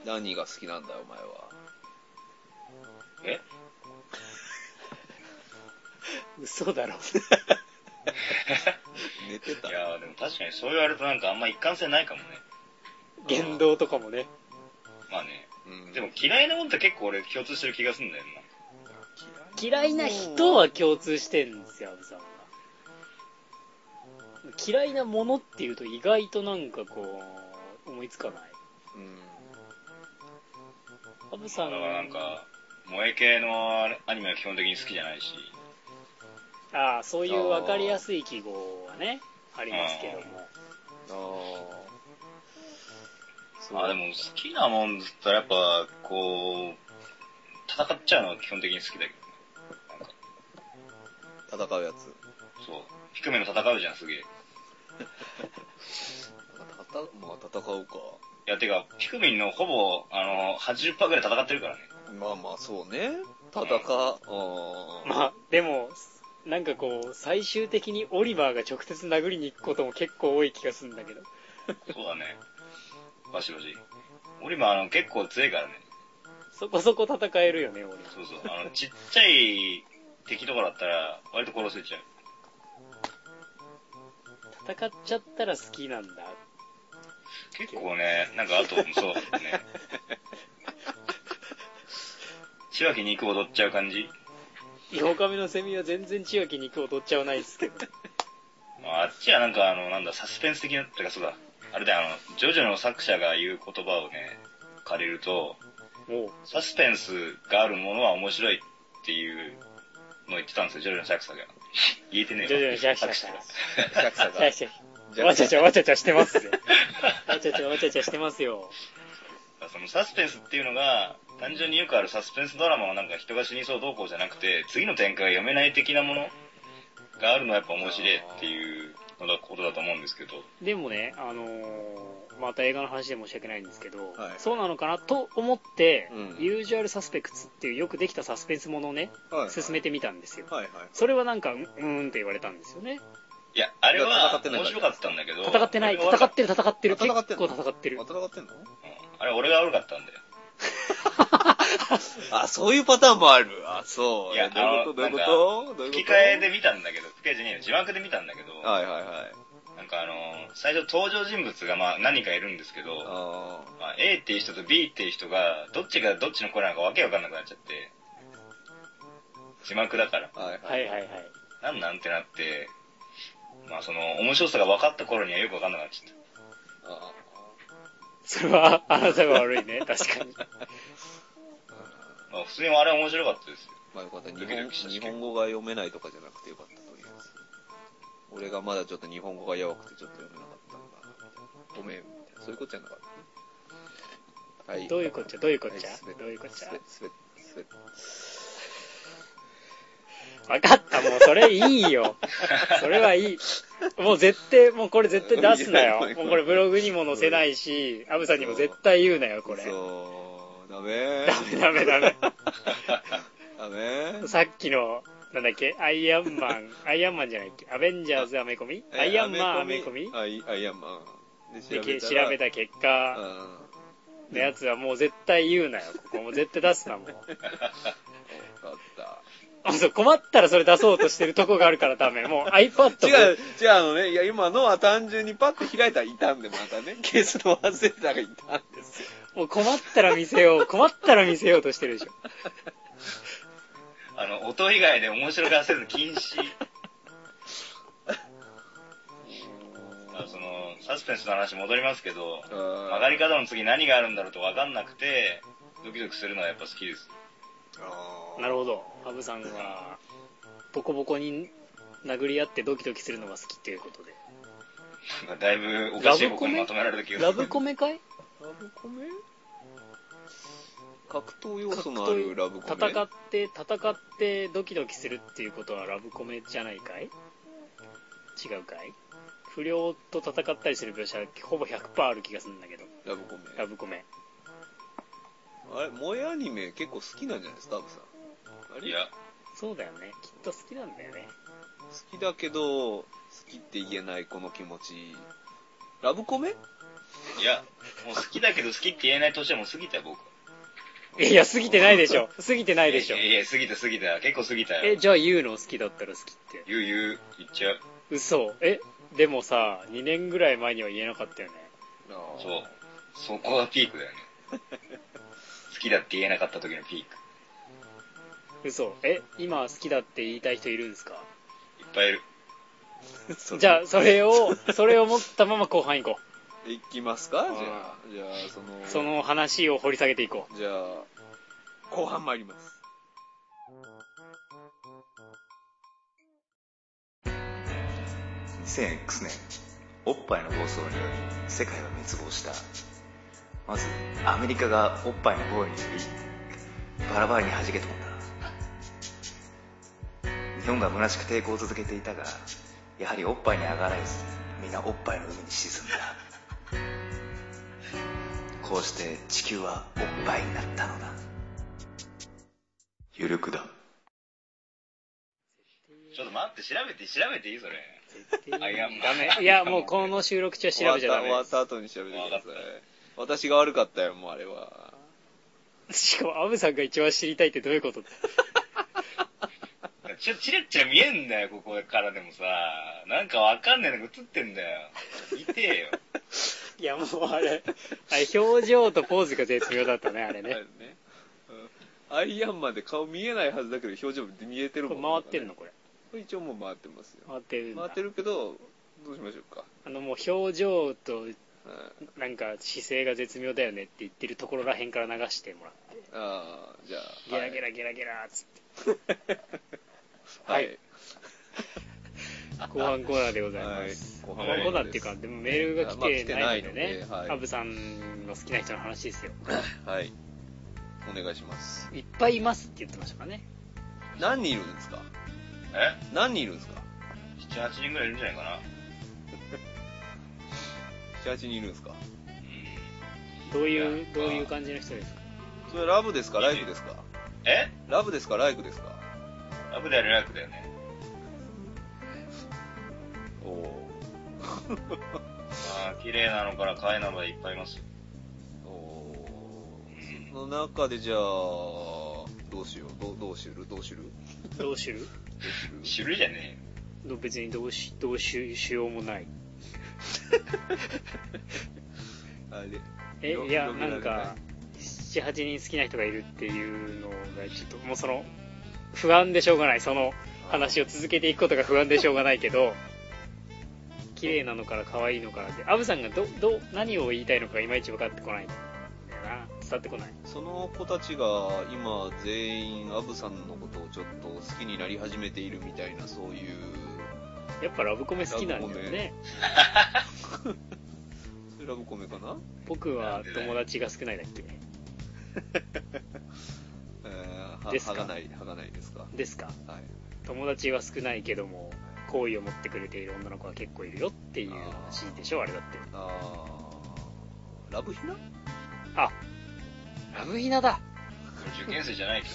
B: 何が好きなんだよ、お前は。
C: え
A: 嘘だろ。
B: 寝てた
C: いやーでも確かにそう言われるとなんかあんま一貫性ないかもね。
A: 言動とかもね。
C: まあね。
B: うん
C: でも嫌いなもんって結構俺共通してる気がするんだよな。
A: 嫌いな人は共通してんですよ、アブさんは。嫌いなものっていうと意外となんかこう、思いつかない。
B: うん
A: アブさん
C: だからなんか、萌え系のアニメは基本的に好きじゃないし、
A: ああ、そういう分かりやすい記号はね、ありますけども。
B: ああ。そう
C: まあでも好きなもんずったらやっぱ、こう、戦っちゃうのは基本的に好きだけど、なんか、
B: 戦うやつ。
C: そう、低めの戦うじゃん、すげえ。い
B: 戦うまあ戦うか。
C: や、てか、ピクミンのほぼ、あの、80%ぐらい戦ってるからね。
B: まあまあそうね。戦う。ああ。
A: まあ、でも、なんかこう、最終的にオリバーが直接殴りに行くことも結構多い気がするんだけど。
C: そうだね。バシバシ。オリバーあの結構強いからね。
A: そこそこ戦えるよね、オリバー。
C: そうそう。あの、ちっちゃい敵とかだったら、割と殺せちゃう。
A: 戦っちゃったら好きなん だ。
C: 結構ね、なんかあと、そうだね。千秋肉踊っちゃう感じ
A: 8日目のセミは全然千秋肉を取っちゃわないですけど。
C: あっちはなんかあの、なんだ、サスペンス的な、ってかそうだ。あれだよ、あの、ジョジョの作者が言う言葉をね、借りると、
A: もう、
C: サスペンスがあるものは面白いっていうのを言ってたんですよ、ジョジョの作者が。 言えてね
A: 徐々
C: え
A: にシャ
C: わ。
A: シャシャシャシ
C: 者が。
B: 弱者
A: ャシャ。わちゃわちゃわちゃわちゃしてますぜ。わちゃわちゃわちゃわちゃしてますよ。
C: かそのサスペンスっていうのが、単純によくあるサスペンスドラマはなんか人が死にそうどうこうじゃなくて、次の展開が読めない的なものがあるのはやっぱ面白いっていうのだことだと思うんですけど。
A: でもね、あのーまた映画の話で申し訳ないんですけど、
B: はい
A: そうなのかなと思って、
B: うん
A: ユージュアルサスペクツっていうよくできたサスペンスものをね、
B: はい
A: 進めてみたんですよ。
B: はいはい。
A: それはなんか、ううーんって言われたんですよね。
C: いや、あれ
B: いや戦
C: は
B: ってない
C: 面白かったんだけど。
A: 戦ってな
C: あれ
A: い、
C: が悪
A: 戦
C: か
A: ってる、戦ってる、
B: 戦って
A: 結
B: ん
A: 構
B: の
A: 戦ってる
B: ま。た戦ってんの
C: うんあれ俺が悪かったんだよ。
B: あ、そういうパターンもある。あ、そう。
C: いや
B: どういうことどう
C: あ
B: いう
C: の
B: ことどういうこと
C: 吹き替えで見たんだけど、吹き替えじゃねえよ、字幕で見たんだけど、
B: はいはいはい。
C: なんかあのー、最初登場人物がまあ何人かいるんですけど、
B: あ
C: まあ、A っていう人と B っていう人が、どっちがどっちの子なのかわけわかんなくなっちゃって、字幕だから、
B: あ。はいは。
A: はいいはいはい。
C: なんなんってなって、まあその、面白さが分かった頃にはよくわかんなくなっちゃっ
B: あ
A: それは、あなたが悪いね、確かに。
C: た。まあ普通にあれは面白かったですよ。
B: まあよかった。日
C: ドキド
B: 本
C: キした
B: 日本語が読めないとかじゃなくてよかったとりあえず。俺がまだちょっと日本語が弱くてちょっと読めなかったんだ。ごめん。みたいなそういうことじゃなかった。はい。
A: どういうこっちゃ、どういうこっちゃ
B: はい、滑っ
A: どういうこっちゃ。
B: 滑っ滑っ滑っ
A: 分かった、もうそれいい よ。それはいい。もう絶対、もうこれ絶対出すなよ。もうこれブログにも載せないし、アブさんにも絶対言うなよ、これ。
B: そう。ダメ
A: ダメダメダメ。
B: ダメ
A: さっきの、なんだっけ、アイアンマン、アイアンマンじゃないっけ、アベンジャーズアメコミ
B: え
A: アイアンマンア
B: アメ
A: メ
B: コ
A: コ
B: ミ
A: ミ
B: アイアイアンマン。で、調べ
A: でけ
B: た
A: 調
B: ら。
A: べた結果
B: う
A: のやつはもう絶対言うなよ、ここ。もう絶対出すな、もう。
B: ん。分かっ
A: あそう困ったらそれ出そうとしてるとこがあるからダメ。もう iPad
B: た。
A: も
B: 違う、違う、あのね、いや、今のは単純にパッと開いたらいたんで、またね、消すの忘れたらいたんですよ。
A: もう困ったら見せよう、困ったら見せようとしてるでしょ。
C: あの、音以外で面白がらせるの 禁止。あその、サスペンスの話戻りますけど、曲
B: 曲
C: がり方の次何があるんだろうと分かんなくて、ドキドキするのはやっぱ好きです。
A: なる
B: ほ
A: ほど。ハブさんは、ボコボコに殴り合ってドキドキするのが好きっていうことで。
C: なんかだいぶおかしい僕にまとめられる気がす
A: ラ
C: る。
A: ブコメかい
B: ど。ラブコメ格闘要素のあるラブコメ。
A: 戦って、戦ってドキドキするっていうことはラブコメじゃないかい違うかい不良と戦ったりする描写はほぼ100%ある気がするんだけど、
B: ラブコメ。
A: ラブコメ。
B: あれ、萌えアニメ結構好きなんじゃないですか、アブさん。あれ
C: いや、
A: そうだよね。きっと好きなんだよね。
B: 好きだけど、好きって言えないこの気持ち。ラブコメ
C: いや、もう好きだけど好きって言えない年はもう過ぎたよ、僕。
A: いや、過ぎてないでしょ。過ぎてないでしょ。
C: いやいや、過ぎた過ぎた。結構過ぎた
A: え、
C: よ。
A: じゃあ言うの好きだったら好きって。
C: 言う言う、言っちゃう。
A: 嘘。え、でもさ、2年ぐらい前には言えなかったよね。
C: そう。そこがピークだよね。好きだって言えなかった時のピーク。
A: 嘘。え、今好きだって言いたい人いるんですか
C: いっぱいいる。
B: う
A: じゃあ、そ れを、それを持ったまま後半行こ
B: いきますかじゃあ
A: あ。
B: じゃあ、その、
A: う。その話を掘り下げていこ
B: じゃあ、後半参ります。
D: 2000X 年おっぱいの暴走により世界は滅亡したまずアメリカがおっぱいの暴利によりバラバラに弾け飛んだ日本が虚しく抵抗を続けていたがやはりおっぱいにあがらえず皆おっぱいの海に沈んだこうして地球はおっぱいになったのだ有力だ
C: ちょっと待って、調べて、調べていいそれ。
A: う。ダ
C: アイアンマン
A: メ。いや、もうこの収録中は調べちゃダ
B: 終わった
A: メ
B: 終わった後に調べてください
C: わかっ。
B: 私が悪かったよ、もうあれは。
A: しかも、アブさんが一番知りたいってどういうこと だ
C: ちょ、チラッチラ見えんだよ、ここからでもさ。なんかわかんないのが映ってんだよ。いてえよ。
A: いや、もうあれ、あれ表情とポーズが絶妙だったね、あ
B: あ
A: れね
B: れ。ねうんアイアンマンで顔見えないはずだけど、表情見えてる
A: こ
B: も
A: れ
B: ん、
A: 回ってんのこれ。
B: これ一応もう回ってますよ。
A: 回ってるんだ
B: 回ってるけど、どうしましょうか。
A: あの、もう表情と
B: うん
A: なんか姿勢が絶妙だよねって言ってるところらへんから流してもらって
B: ああ、じゃあ。
A: ゲラゲ
B: ラ。
A: ラゲラゲラーっつって、
B: は
A: はいい。後半コーナーでござい
B: は
A: ま
B: い
A: す。。
B: 後
A: 後半コーナーっていうか、でもメールが来てないのでね、
B: まあ来てないのではい
A: ハブさんの好きな人の話ですよ。
B: はい。お願いします。
A: いっぱいいますって言ってましたからね。
B: 何人いるんですか
C: え
B: 何人いるんですか
C: ?7、8人ぐらいいるんじゃないかな。
B: ?7、8人いるんですか
C: うん
A: どういう
C: い、や
A: どういう感じの人ですか
B: それラブですかライクですか
C: え
B: ラブですかライクですか
C: ラブだよ、ライクだよね。
B: おお
C: まあ、綺麗なのから可愛いなのまでいっぱいいますよ。
B: ー。お
C: うん
B: ーその中でじゃあ、どうしようどうどうしるどうしる
A: どうしる
B: ど うし
C: 種類じゃね
A: ど別にどうし、どうししようもない。
B: るあれ
A: え、
B: よ
A: いや、
B: よくな
A: な
B: る
A: んか、7、8人好きな人がいるっていうのが、ちょっともうその、不安でしょうがない。その話を続けていくことが不安でしょうがないけど、綺麗なのから可愛いのからで、アブさんがど、ど、何を言いたいのかがいまいち分かってこないんだよな。伝わってこない。
B: その子たちが今全員アブさんのことをちょっと好きになり始めているみたいなそういう
A: やっぱラブコメ好きなんだよね。
B: それラブコメかな
A: 僕は友達が少ないだっけ
B: えーは
A: ですか
B: はがないはがないですか
A: ですか
B: はい
A: 友達は少ないけども、好意を持ってくれている女の子は結構いるよっていう話でしょ、あれだって。
B: あーラブヒナ
A: あ、ラブヒナだ。
C: え。これ受験生じゃないけど。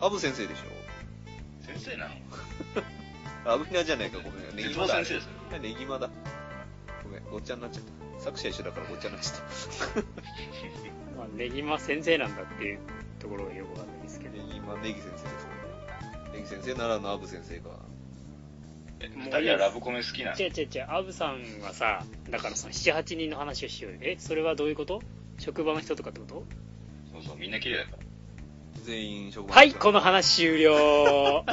B: アブ先生でし
C: 先生なの
B: ょラブヒナじゃないかごめんネギ
C: 鉄
B: マ
C: 道
B: だ
C: 先生ですよ。
B: ネギマだごめんごっちゃになっちゃった作者一緒だからごっちゃになっちゃっ
A: まあ、ネギマ先生なんだっていうところがよくわかんないですけ
B: た
A: ど
B: ネ。ギマネギ先生ですねネギ先生ならのアブ先生が
C: え二人はラブコメ好きなの
A: 違う違う違う、アブさんはさ、だからその7、8人の話をしようよ。え、それはどういうこと職場の人とかってこと
C: そうそう、みんな綺麗だから。
B: 全員職場
A: はい、この話 終了。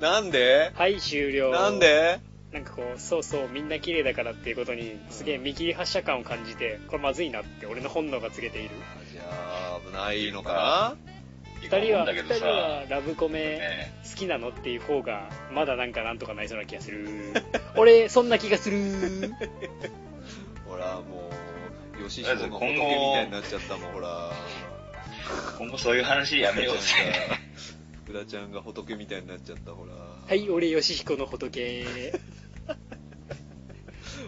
B: なんで
A: はい、終了。
B: なんで
A: なんかこう、そうそう、みんな綺麗だからっていうことに、すげえ見切り発車感を感じて、これまずいなって、俺の本能が告げている。
B: じゃあ、危ないのか
C: 二
A: 二人は、
C: だけ
A: 二
C: ど
A: 人
C: さ
A: は、ラブコメ
C: ね
A: 好きなのっていう方が、まだなんかなんとかなりそうな気がする。俺、そんな気が す
B: な
A: る。
B: ほら、もう、吉
C: とり
B: 彦
C: あえず
B: の
C: 今後
B: 仏みたいになっちゃったもん、ほら。
C: 今後そういう話やめようぜ。
B: 福田ちゃんが仏みたいになっちゃった、ほら。
A: はい、俺、ヨシヒコの仏。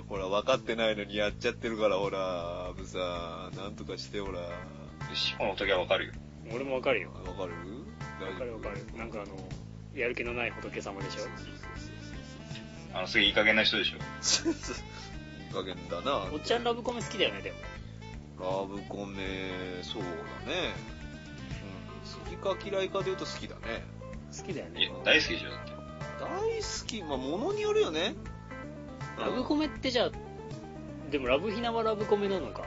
B: ほら、分かってないのにやっちゃってるから、ほら。アブさん、なんとかして、ほら。
C: シコの時はわかるよ。
A: 俺もわかるよ。
B: わかる
A: わかるわかる。なんかあの、やる気のない仏様でしょ。
C: あの、すげえいい加減な人でしょ。
B: そうそうそうそう。いい加減だな。
A: おっちゃんラブコメ好きだよね、でも。
B: ラブコメ、そうだね。うん。好きか嫌いかで言うと好きだね。
A: 好きだよ
C: いや
A: ね。、
C: 大好きでしょ、だって。
B: 大好き、まあ、ものによるよね。
A: ラブコメってじゃあ、でもラブヒナはラブコメなのか。
B: うん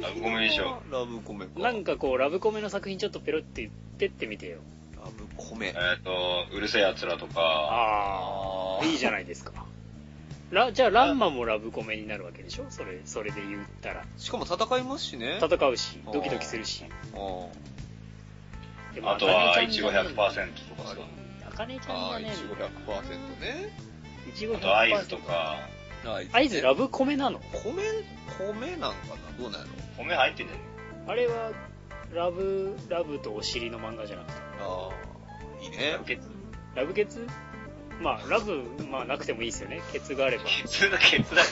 B: ラ
C: ラブコメでしょ。
B: ラブコメか。
A: なんかこう、ラブコメの作品ちょっとペロって言ってってみてよ。
B: ラブコメ。
C: えっと、うるせえ奴らとか、
A: ああ、いいじゃないですか。ラじゃあ、ランマもラブコメになるわけでしょそれ、それで言ったら。
B: しかも戦いますしね。あ
A: 戦うし、ドキドキするし。
B: あ
A: で
C: あとは、い
A: 茜
C: ち
A: ち
C: ご
A: ゃん
C: 100%と
A: が
C: か
A: ね
C: さ、
A: あかねちゃん
B: あ
A: が
B: あ、い
A: ね
B: ち、ご100%ね。
A: いちご
C: あと合図と。
A: 100%
C: か、
A: 合図ラブコメなの
B: 米、米なんかなどうなんやろ
C: 米入ってんじゃね
A: あれは、ラブ、ラブとお尻の漫画じゃなくて。
B: ああ、いいね
C: え。ケツ
A: ラブケツまあ、ラブ、まあ、なくてもいいですよね。ケツがあれば。
C: ケツだ、ケツだ。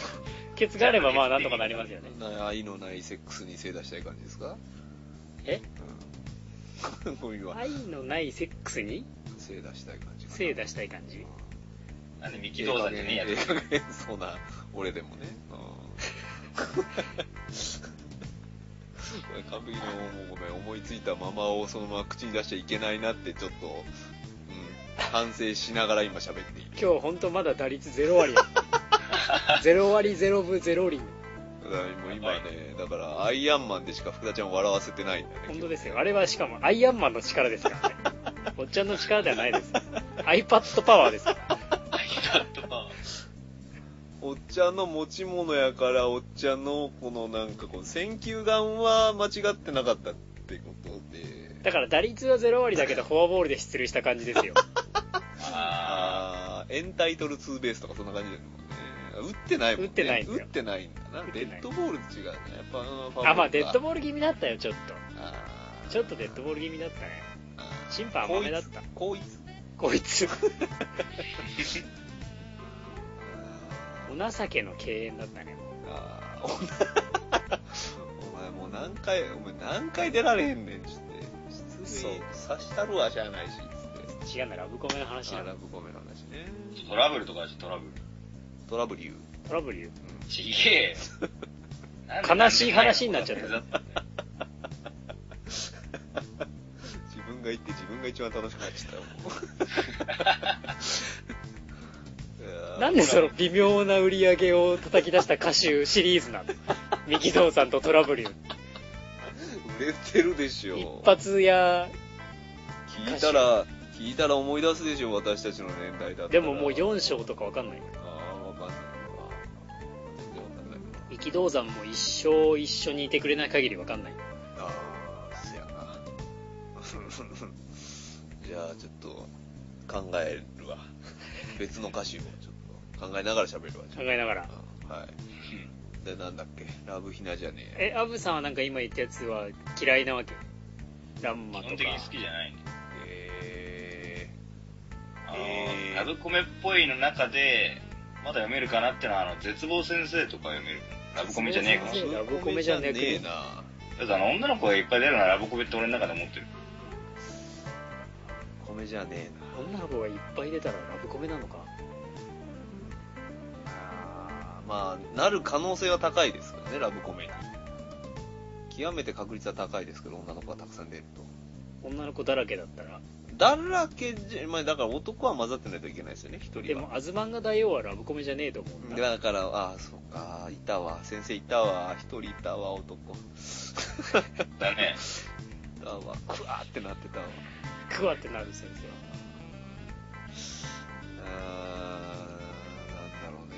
A: ケツがあれば、まあ、なんとかなりますよね。
B: な愛のないセックスに精出したい感じですか
A: え
B: うん。 こういうは、
A: 愛のないセックスに
B: 精出したい感じかな。
A: 精出したい感じ。
C: なんでミキ動作じゃねえや
B: ええ
C: つ。
B: 加減 そうな、俺でもね。うん。 完璧にもうごめん、思いついたままをそのまま口に出しちゃいけないなって、ちょっと、うん、反省しながら今喋っている。
A: 今日本当まだ打率0割や 0割0分0厘
B: だからもう今ね、だから、アイアンマンでしか福田ちゃんを笑わせてないんだよね。
A: 本当ですよあれはしかもアイアンマンの力ですからねおっちゃんの力ではないです iPad パワーですから
B: おっちゃんの持ち物やから、おっちゃんのこのなんかこの選球眼は間違ってなかったってことで。
A: だから打率は0割だけどフォアボールで出塁した感じですよ
C: あ
B: エンタイトルツーベースとかそんな感じだもんね。打ってないもんね。
A: 打ってないんだよ
B: 打ってないんだな。
A: 打っ
B: デ
A: てない
B: ッドボールと違うね。やっぱ、ファ
A: あ、まあ、デッド
B: ボール
A: ボール気味だったよ、ちょっ
B: か。あ
A: と。
B: ー
A: ちょっとデッドボール気味だったね。
B: あー
A: 審判甘めだった。
B: こいつ。
A: こいつ。お情けの敬遠だったね。
B: あーお前お前もう何回、お前何回出られへんねん、つって。失礼刺したるわ、しゃあないし、つって。
A: 違うんだ、ラブコメの話
B: あー
A: なんだ
B: ラ。ブコメの話ね。
C: トラブルとかじゃトラブル。
B: トラブル言う。
A: トラブル言う
C: ちげえよ。なんで
A: 悲しい話になっちゃった
C: なんで
B: 自分が行って自分が一番楽しくなっちゃったよもういやー
A: なんでその微妙な売り上げを叩き出した歌集シリーズなの ミキゾウさんとトラブルよ
B: 売れてるでしょ
A: 一発や
B: 聞いたら聞いたら思い出すでしょ私たちの年代だったら
A: でももう4章とかわかんない
B: ああわかんないわ全然わかんない
A: ミキゾウさんも一生一緒にいてくれない限りわかんない
B: ああせやな じゃあちょっと考えるわ別の歌詞をちょっと考えながら喋るわじゃ
A: 考えながら
B: あはいでなんだっけラブヒナじゃねえ
A: えアブさんはなんか今言ったやつは嫌いなわけランマ
C: 基
A: と
C: 本
A: か
C: 的に好きじゃないね。
B: え
C: あの
B: えー
C: ラブコメっぽいの中で、まだ読めるかなってのは、あの、絶望先生とか読める。ラブコメじゃねえかもしれない。
A: ラブコメじゃねえ
B: な。
C: だってあの、女の子がいっぱい出るのはラブコメって俺の中で思ってる。
B: 米じゃね
A: 女の子がいっぱい出たらラブコメなのか
B: えな。あーまあ、なる可能性は高いですからね、ラブコメに。極めて確率は高いですけど、女の子がたくさん出ると。
A: 女の子だらけだったら
B: だらけじゃ、まあ、だから男は混ざってないといけないですよね、一
A: で
B: 人
A: も
B: は。
A: アズマンが大王はラブコメじゃねえと思うんだ
B: だから、ああ、そっか、いたわ、先生いたわ、一人いたわ、男。い
C: だね。
B: たわ、くわーってなってたわ。
A: クワってなる先生は
B: あーなんだろうね。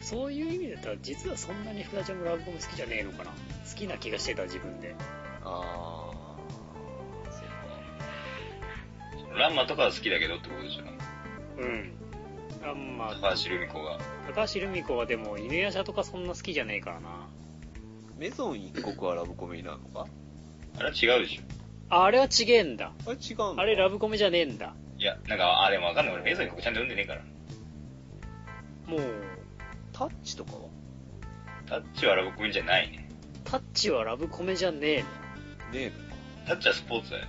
A: そういう意味だったら実はそんなに福田ちゃんもラブコメ好きじゃねえのかな好きな気がしてた自分で
B: ああ、そっか。
C: ランマとかは好きだけどってことでしょ。
A: うんあんま
C: 高橋留美子が。
A: 高橋留美子はでも犬夜叉とかそんな好きじゃねえからな
B: メゾン一国はラブコメになるのか
C: あれは違うでしょ。
A: ああれは違えんだ
B: あれ違うの
A: あれラブコメじゃねえんだ
C: いや、なんか、あ、でもわかんない。俺、メゾンにここちゃんと読んでねえから。
A: もう
B: タッチとかは
C: タッチはラブコメじゃないね。
A: タッチはラブコメじゃねえ
B: ね
A: の
B: えのか
C: タッチはスポーツだよ。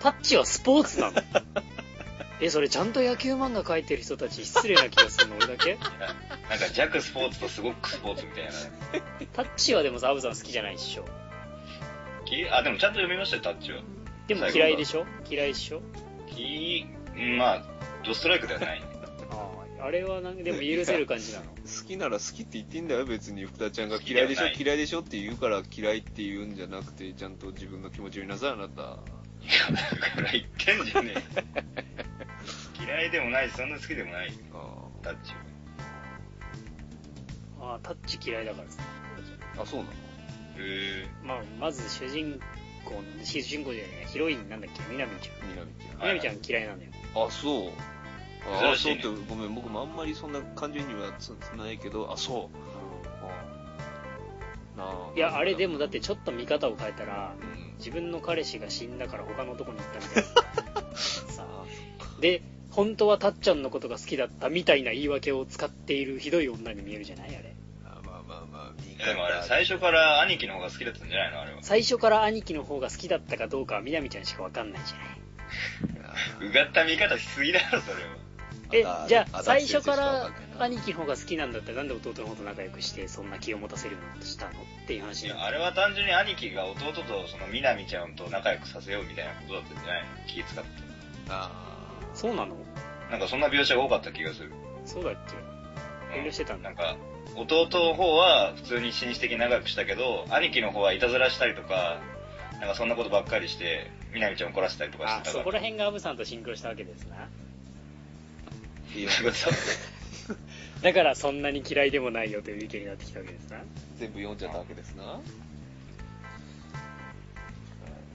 A: タッチはスポーツなの えそれちゃんと野球漫画描いてる人たち失礼な気がするの俺だ け
C: なんか、弱スポーツとすごくスポーツみたいな。
A: タッチはでもさアブさん好きじゃないでしょ
C: きあ、でもちゃんと読みましたよ、タッチは。
A: でも嫌いでしょ嫌いでしょ
C: きうんまあ、ドストライクではないね。
A: あああれはなんでも許せる感じなの
B: 好きなら好きって言っていいんだよ別に福田ちゃんが嫌いでしょ
C: 好きで
B: 嫌
C: はない
B: いでしょって言うから嫌いって言うんじゃなくてちゃんと自分の気持ちを言いなさいあなた
C: いや、だから言ってんじゃねえ。嫌いでもないし、そんな好きでもないよ、
B: あ
C: タッチは。
A: ああタッチ嫌いだからさ
B: ーあそうなの
C: へ
A: まあ、まず主人公の、主人公じゃない、ヒロインなんだっけ、みなみちゃん。
B: 南ち
A: み
C: は
A: ないみちゃん嫌いなのよ。
B: ゃんあそうあ
C: 珍
B: そ
C: し
B: う
C: い
B: っ
C: ね
B: てごめん僕もあんまりそんな感情にはつつないけどあそうあーなあ
A: いや、あれで
B: も
A: もだってちょっと見方を変えたら、
B: うん
A: 自分の彼氏が死んだから他の男に行ったみたいな。 さ
B: あ
A: あ。で、本当はたっちゃんのことが好きだったみたいな言い訳を使っているひどい女に見えるじゃないあれ。
B: あまあまあまあ見
C: え。でもあれ、最初から兄貴の方が好きだったんじゃないのあれは。
A: 最初から兄貴の方が好きだったかどうかはみなみちゃんしかわかんないじゃないう
C: がった見方しすぎだろ、それは。
A: え
B: あ、
A: じゃ
B: あ
A: あ、最初か
B: あ
A: ら
B: だって
A: 兄貴の方が好きなんだったらなんで弟の方と仲良くしてそんな気を持たせるようなことしたのっていう
C: い
A: 話になる
C: や、あれは単純に兄貴が弟と、その、みなみちゃんと仲良くさせようみたいなことだったんじゃないの気使って。
B: あー
A: そうなの
C: なんか、そんな描写が多かった気がする。
A: そうだっけ遠慮してたん
C: な
A: だ
C: んか、弟の方は普通に紳士的に仲良くしたけど、兄貴の方はいたずらしたりとか、なんかそんなことばっかりして、みなみちゃん怒らせたりとかし
A: あ
C: てた
A: そ
C: か
A: こ
C: ら。
A: ら辺がアブさんとシンクロしたわけですない
B: いよ
C: なんか さ
A: だからそんなに嫌いでもないよという意見になってきたわけですな
B: 全部読んじゃったわけですな。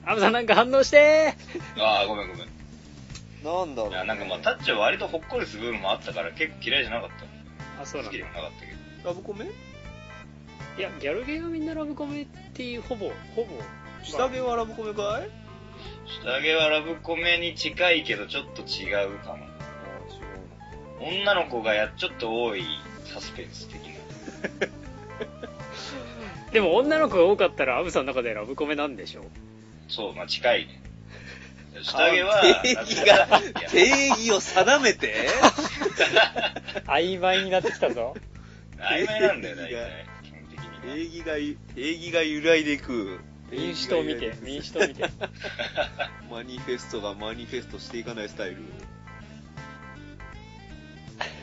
A: アブさんなんか反応して
C: ああ、ごめんごめん。
B: なんだろう、
C: いやなんかまあタッチは割とほっこりする部分もあったから結構嫌いじゃなかった
A: あそうな
C: 好
A: ん
C: き
A: だ
C: で
A: い
C: もなかったけど
B: ラブコメ
A: やギャルゲーはみんなラブコメっていうほぼほぼ
B: 下着はラブコメかい、
C: 下着はラブコメに近いけどちょっと違うかも
B: ああ違うな
C: 女の子がやちょっと多いサスペンス的な
A: でも女の子が多かったらアブさんの中でラブコメなんでしょ
C: そうまあ近 いね下着は
B: 定義 が
C: いや
B: 定義を定めて
A: 曖昧になってきたぞ
C: 曖昧なんだよ大
B: 定義が
C: 体基本的に
B: 定義がゆ定義が揺らいで いく
A: 民主党見て民主党見て
B: マニフェストがマニフェストしていかないスタイル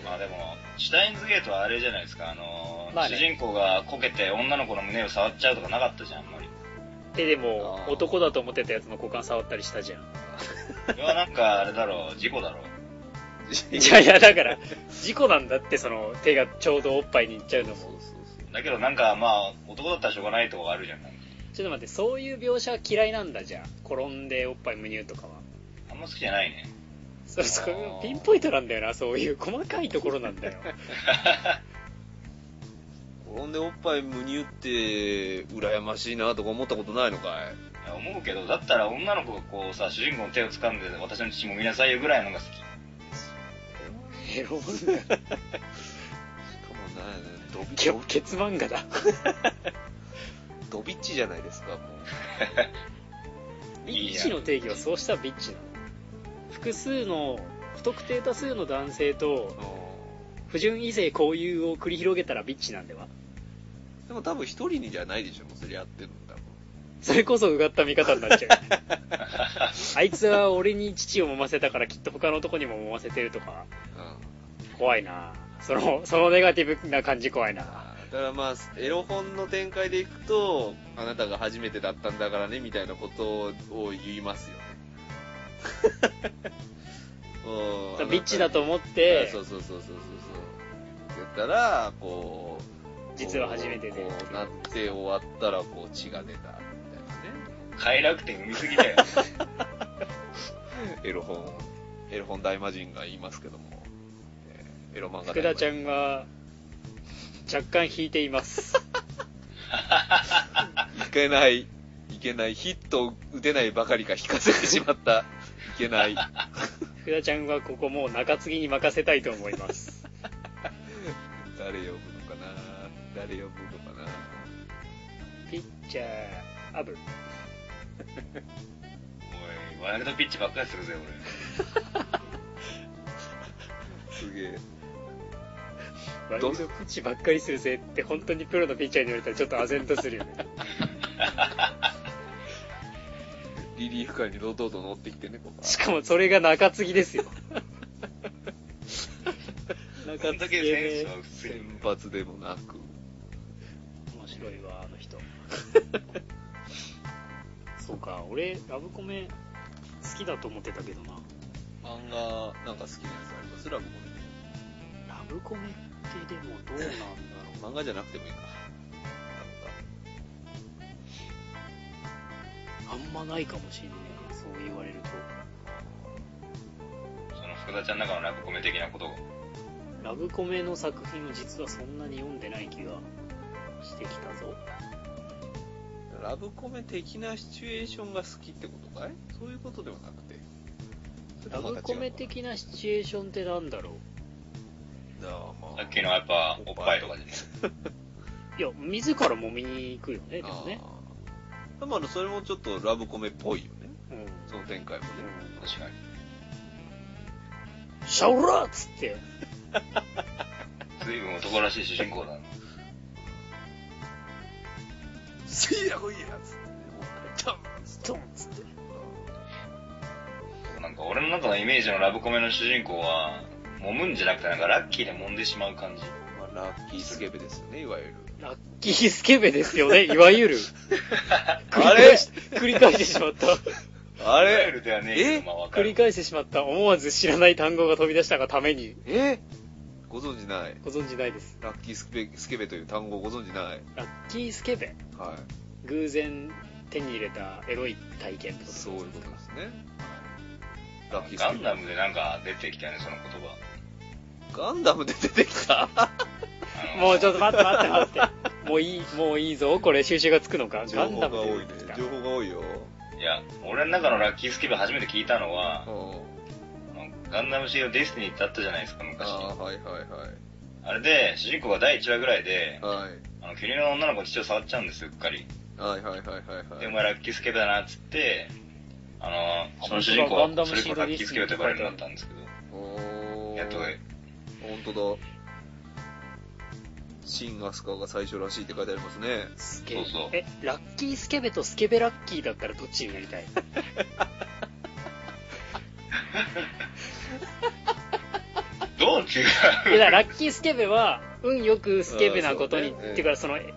C: まあでもシュタインズゲートはあれじゃないですかあのー
A: まあね
C: 主人公がこけて女の子の胸を触っちゃうとかなかったじゃんあんまり
A: えでも
B: あー
A: 男だと思ってたやつの股間触ったりしたじゃん
C: それはなんかあれ だろう事故だろう
A: いやいやだ から事故なんだってその手がちょうどおっぱいにいっちゃうのも
C: だけどなんかまあ男だったらしょうがないとこがあるじゃんなんか
A: ちょっと待ってそういう描写は嫌いなんだじゃあ転んでおっぱいむにゅうとかは
C: あんま好きじゃないね
A: そうそ
B: あー
A: うピンポイントなんだよなそういう細かいところなんだ よ
B: 転んでおっぱいむにゅって羨ましいなとか思ったことないのかい
C: いや思うけどだったら女の子がこうさ主人公の手を掴んで私の父も見なさいよぐらいのが好き
A: エロ漫
B: しかも
A: 画
B: なドビ
A: ギョケツ漫画だ
B: ドビッチじゃないですかもう
A: ビッチの定義はそうしたビッチなの複数の不特定多数の男性と不純異性交友を繰り広げたらビッチなんでは
B: でも多分一人にじゃないでしょもうそれやってるの多分
A: それこそうがった見方になっちゃうあいつは俺に父を揉ませたからきっと他の男にも揉ませてるとか
B: うん
A: 怖いなそのそのネガティブな感じ怖いな
B: あーだからまあエロ本の展開でいくとあなたが初めてだったんだからねみたいなことを言います よねうんあなた
A: ビッチだと思って
B: あそうそうそうそうそうそう言ったらこう
A: 実は初めてで
B: こうなって終わったらこう血が出たみたいなね
C: 快楽天見すぎだよ
B: エロ本、エロ本大魔人が言いますけども、えーエロ漫画
A: 福
B: 大魔
A: 田ちゃ
B: 人。
A: んは若干引いています
B: いけない、いけない、ヒットを打てないばかりか引かせてしま った。いけない。
A: 福田ちゃんはここもう中継ぎに任せたいと思います
B: 誰呼ぶのかな誰呼ぶのかな
A: ピッチャーアブ
C: おいワイルドピッチばっかりするぜ
B: すげえ。
A: ワイルドピッチばっかりするぜって本当にプロのピッチャーに言われたらちょっと唖然とするよね
B: リリーフ界に堂々と乗ってきてね、ここは
A: しかもそれが中継ぎですよ
C: 俺
A: 中
C: こんだ
A: 継
C: け
A: ぎ
C: 選
A: で
C: 手は薄い
B: 先発でもなく、
A: 面白いわあの 人そうか俺ラブコメ好きだと思ってたけどな
B: 漫画なんか好きなやつありますラブコ
A: ラブコメってでもどうなんだろ
B: メ。漫画じゃなくてもいいか。
A: うあんまないかもしんねえそう言われると
C: その福田ちゃんの中のラブコメ的なことが
A: ラブコメの作品を実はそんなに読んでない気がしてきたぞ
B: なんか、ラブコメ的なシチュエーションが好きってことかいそういうことではなくて。それ
A: ラ
B: とまた
A: ブコメ的なシチュエーションってなんだろ
B: だま
C: さっきのやっぱおっぱいとかじゃないう
A: いや自ら揉みに行くよねでもね、
B: あーでもあのそれもちょっとラブコメっぽいよね
A: うんうん、
B: その展開もね
C: 確かに
A: シャオラーっつって
C: 随分男らしい主人公だな
B: 「せいやこいや」っつってねもう一回
A: ドンっつって
C: なんか俺の中のイメージのラブコメの主人公は揉むんじゃなくてなんかラッキーで揉んでしまう感じ
B: ドンまあラッキースケベですよねいわゆる
A: ラッキースケベです よねいわゆる
B: あれ
A: 繰り返してしまった
B: あ
C: いわゆ
B: れ
C: るではねえけどまあわか
A: 繰り
C: る
A: 返してしまった思わず知らない単語が飛び出したがために
B: えご存知ない
A: ご存知ないです
B: ラッキースケベスケベという単語をご存知ない
A: ラッキースケベ
B: は
A: 偶然手に入れたエロい体験って
B: い
A: こと
B: そういうことですねラッキース
C: ガ
B: ピ
C: ン
B: ン
C: ダムでなんか出てきたよね、その言葉。
B: ガンダムで出てきた
C: あの
A: もうちょっと待って待って待って。もういい、もういいぞ。これ収集がつくのか。
B: 情
A: ガ
B: 報
A: ンダ
B: が
A: ム
B: 多いね
A: 出てきた。
B: 情報が多いよ
C: いや、俺の中のラッキースキル初めて聞いたのは
B: う、ん
C: ガンダムシードディスティニーってあったじゃないですか、昔。
B: あ
C: あ
B: あはいはいはい
C: れで、主人公が第1話ぐらいで、
B: はい
C: あの、キリンの女の子の父を触っちゃうんですよ、うっかり。
B: はいはいはいはいは
C: で、お
B: い
C: 前ラッキースケベだな、っつって、あの、その主人公
A: ガンダ
C: は、
A: ム
C: それ
A: シ
C: こ
A: ー
C: そ
A: ド
C: ラ
A: ディ
C: ッ
A: ス
C: キースケベと
A: ティニー
C: 呼ばれるようになったんですけど、
B: おー
C: やっと、
B: 本当だ新アスカが最初らしいって書いてありますね
A: スケ
C: そうそう
A: え、ラッキースケベとスケベラッキーだったらどっちになりたい
C: どう 違
A: いやだからラッキースケベは、運よくスケベなことに、
B: うんそうね
A: っていうかその、エ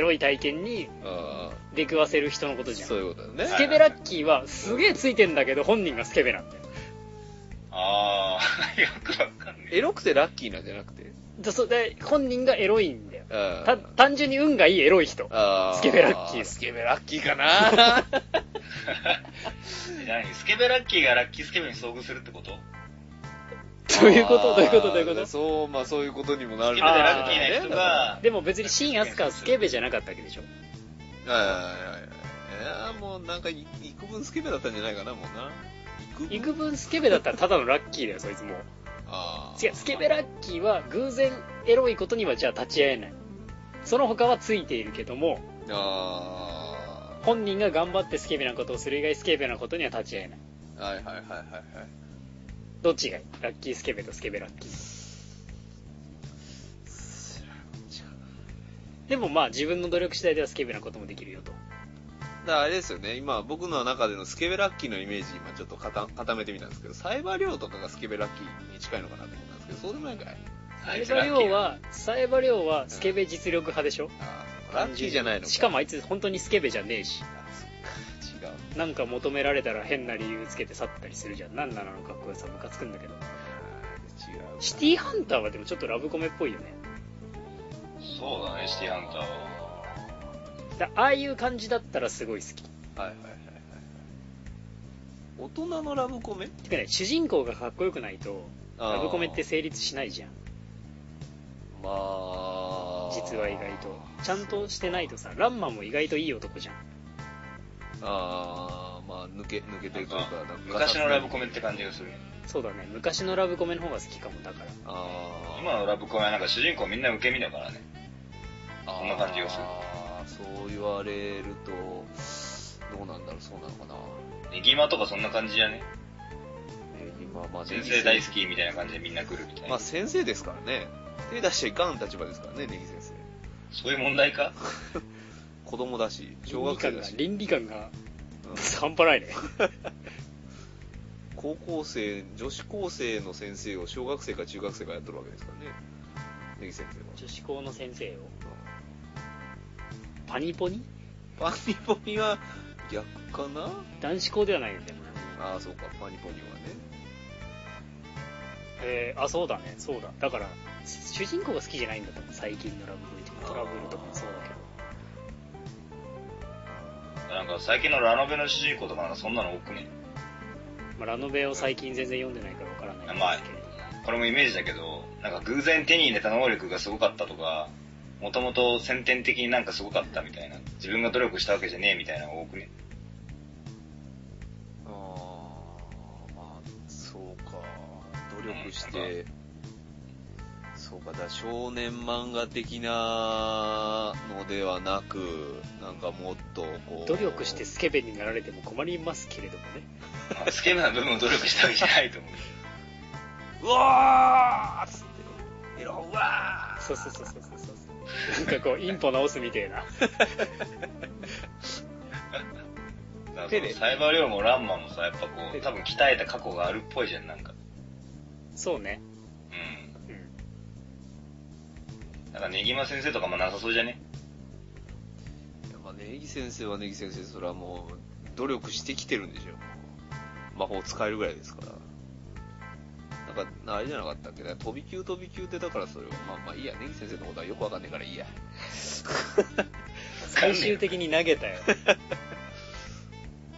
A: ロい体験に
B: あ
A: 出くわせる人のこと
B: あ
A: じゃん。
B: そう
A: ス
B: いうことだね
A: ケベラッキーはすげえついてんだけど、本人がスケベなんだよ。
C: あー、よくわかんねえ。
B: エロくてラッキーなんじゃなくて
A: でそで本人がエロいんだよ。
B: あ
A: た単純に運がいいエロい人。
B: あ
A: スケベラッキー
B: スケベラッキーかな
C: え何スケベラッキーがラッキースケベに遭遇するってこと
A: どういうことどういうことどういうこ
B: あー
A: と
B: そう、まあそういうことにもな
C: ス
B: る
C: ケベで
A: だね
C: ラッキーな人が、
A: でも別に新アスカはスケベじゃなかったわけでしょ。
B: はいはいはいはい。えー、もうなんかい、幾分スケベだったんじゃないかな、もうな。幾分
A: 幾分スケベだったらただのラッキーだよ、そいつもう。
B: あー
A: 違う、スケベラッキーは偶然エロいことにはじゃあ立ち会えない。その他はついているけども、
B: あ
A: 本人が頑張ってスケベなことをする以外スケベなことには立ち会えない。
B: ーはいはいはいはいはい。
A: どっちがいいラッキースケベとスケベラッキー。でもまあ自分の努力次第ではスケベなこともできるよと。
B: だからあれですよね、今僕の中でのスケベラッキーのイメージ、今ちょっと固固めてみたんですけど、サイバー量とかがスケベラッキーに近いのかなと思ったんですけど、そうでもないかい
A: サイバリョウは、サイバリョウはスケベ実力派でしょ、
B: あーそうかラッキーじゃないのか。
A: しかもあいつ本当にスケベじゃねえし
B: あ。そっか違う。
A: なんか求められたら変な理由つけて去ったりするじゃん。なんなのかっこよさムカつくんだけど。
B: 違うな。
A: シティハンターはでもちょっとラブコメっぽいよね。
C: そうだね、シティハンターは。
A: だああいう感じだったらすごい好き。
B: はいはいはいはい。大人のラブコメ
A: てかね、主人公がかっこよくないと、ラブコメって成立しないじゃん。
B: まあ、
A: 実は意外と。ちゃんとしてないとさ、ランマも意外といい男じゃん。
B: ああ、まあ、抜け、抜けてるというか、なんか
C: 昔のラブコメって感じがする。
A: そうだね、昔のラブコメの方が好きかも、だから。
B: ああ、
C: 今のラブコメはなんか主人公みんな受け身だからね。
B: あー
C: そんな感じがする
B: ああ、そう言われると、どうなんだろう、そうなのかな。
C: ネギマとかそんな感じじゃね
B: え今、まあ、
C: 先生大好きみたいな感じでみんな来るみたい
B: ま
C: な
B: あ、。先生ですからね。手出しちゃいかん立場ですからね、ネギ先生。
C: そういう問題か
B: 子供だし、小
A: 倫理
B: 学生
A: 観
B: だ
A: が
B: し、、
A: 倫理観が
B: うん
A: 半端ない ね。
B: 高校生、女子高生の先生を小学生か中学生かやってるわけですからね。ネギ先生は。
A: 女子校の先生を。パニポニ
B: パニポニは逆かな
A: 男子校ではないよね。
B: ああ、そうか、パニポニはね。
A: えー、あ、そうだね、そうだ。だから、主人公が好きじゃないんだと思う。最近のラブコメとか、トラブルとかもそうだけど。
C: なんか最近のラノベの主人公とかなんかそんなの多くね。
A: まあ、ラノベを最近全然読んでないからわからないんですけれども。
C: これもイメージだけど、なんか偶然手に入れた能力がすごかったとか、もともと先天的になんかすごかったみたいな、自分が努力したわけじゃねえみたいなのが多くね。
B: ああ、まあ、そうか、努力して、そうか、だから少年漫画的なのではなく、なんかもっとこう。
A: 努力してスケベになられても困りますけれどもね。
C: まあスケベな部分を努力したわけじゃないと思う。
B: うわーっつって、エロ、うわ
A: そうそうそうそうそうそう。なんかこう、インポ直すみたい
C: だ
A: な。
C: か
B: 手
C: ら
B: で
C: サイバー量もランマもさ、やっぱこう、多分鍛えた過去があるっぽいじゃん、なんか。
A: そうね。
C: う
A: うん。
C: ん。なんかネギマ先生とかもなさそうじゃね
B: ーいやまあ、ネギ先生はネギ先生、それはもう、努力してきてるんでしょ。魔法使えるぐらいですから。なんか、あれじゃなかったっけね、飛び級飛び級って、だからそれは、まあまあいいや、ネギ先生のことはよくわかんないからいいや。
A: 最終的に投げたよ。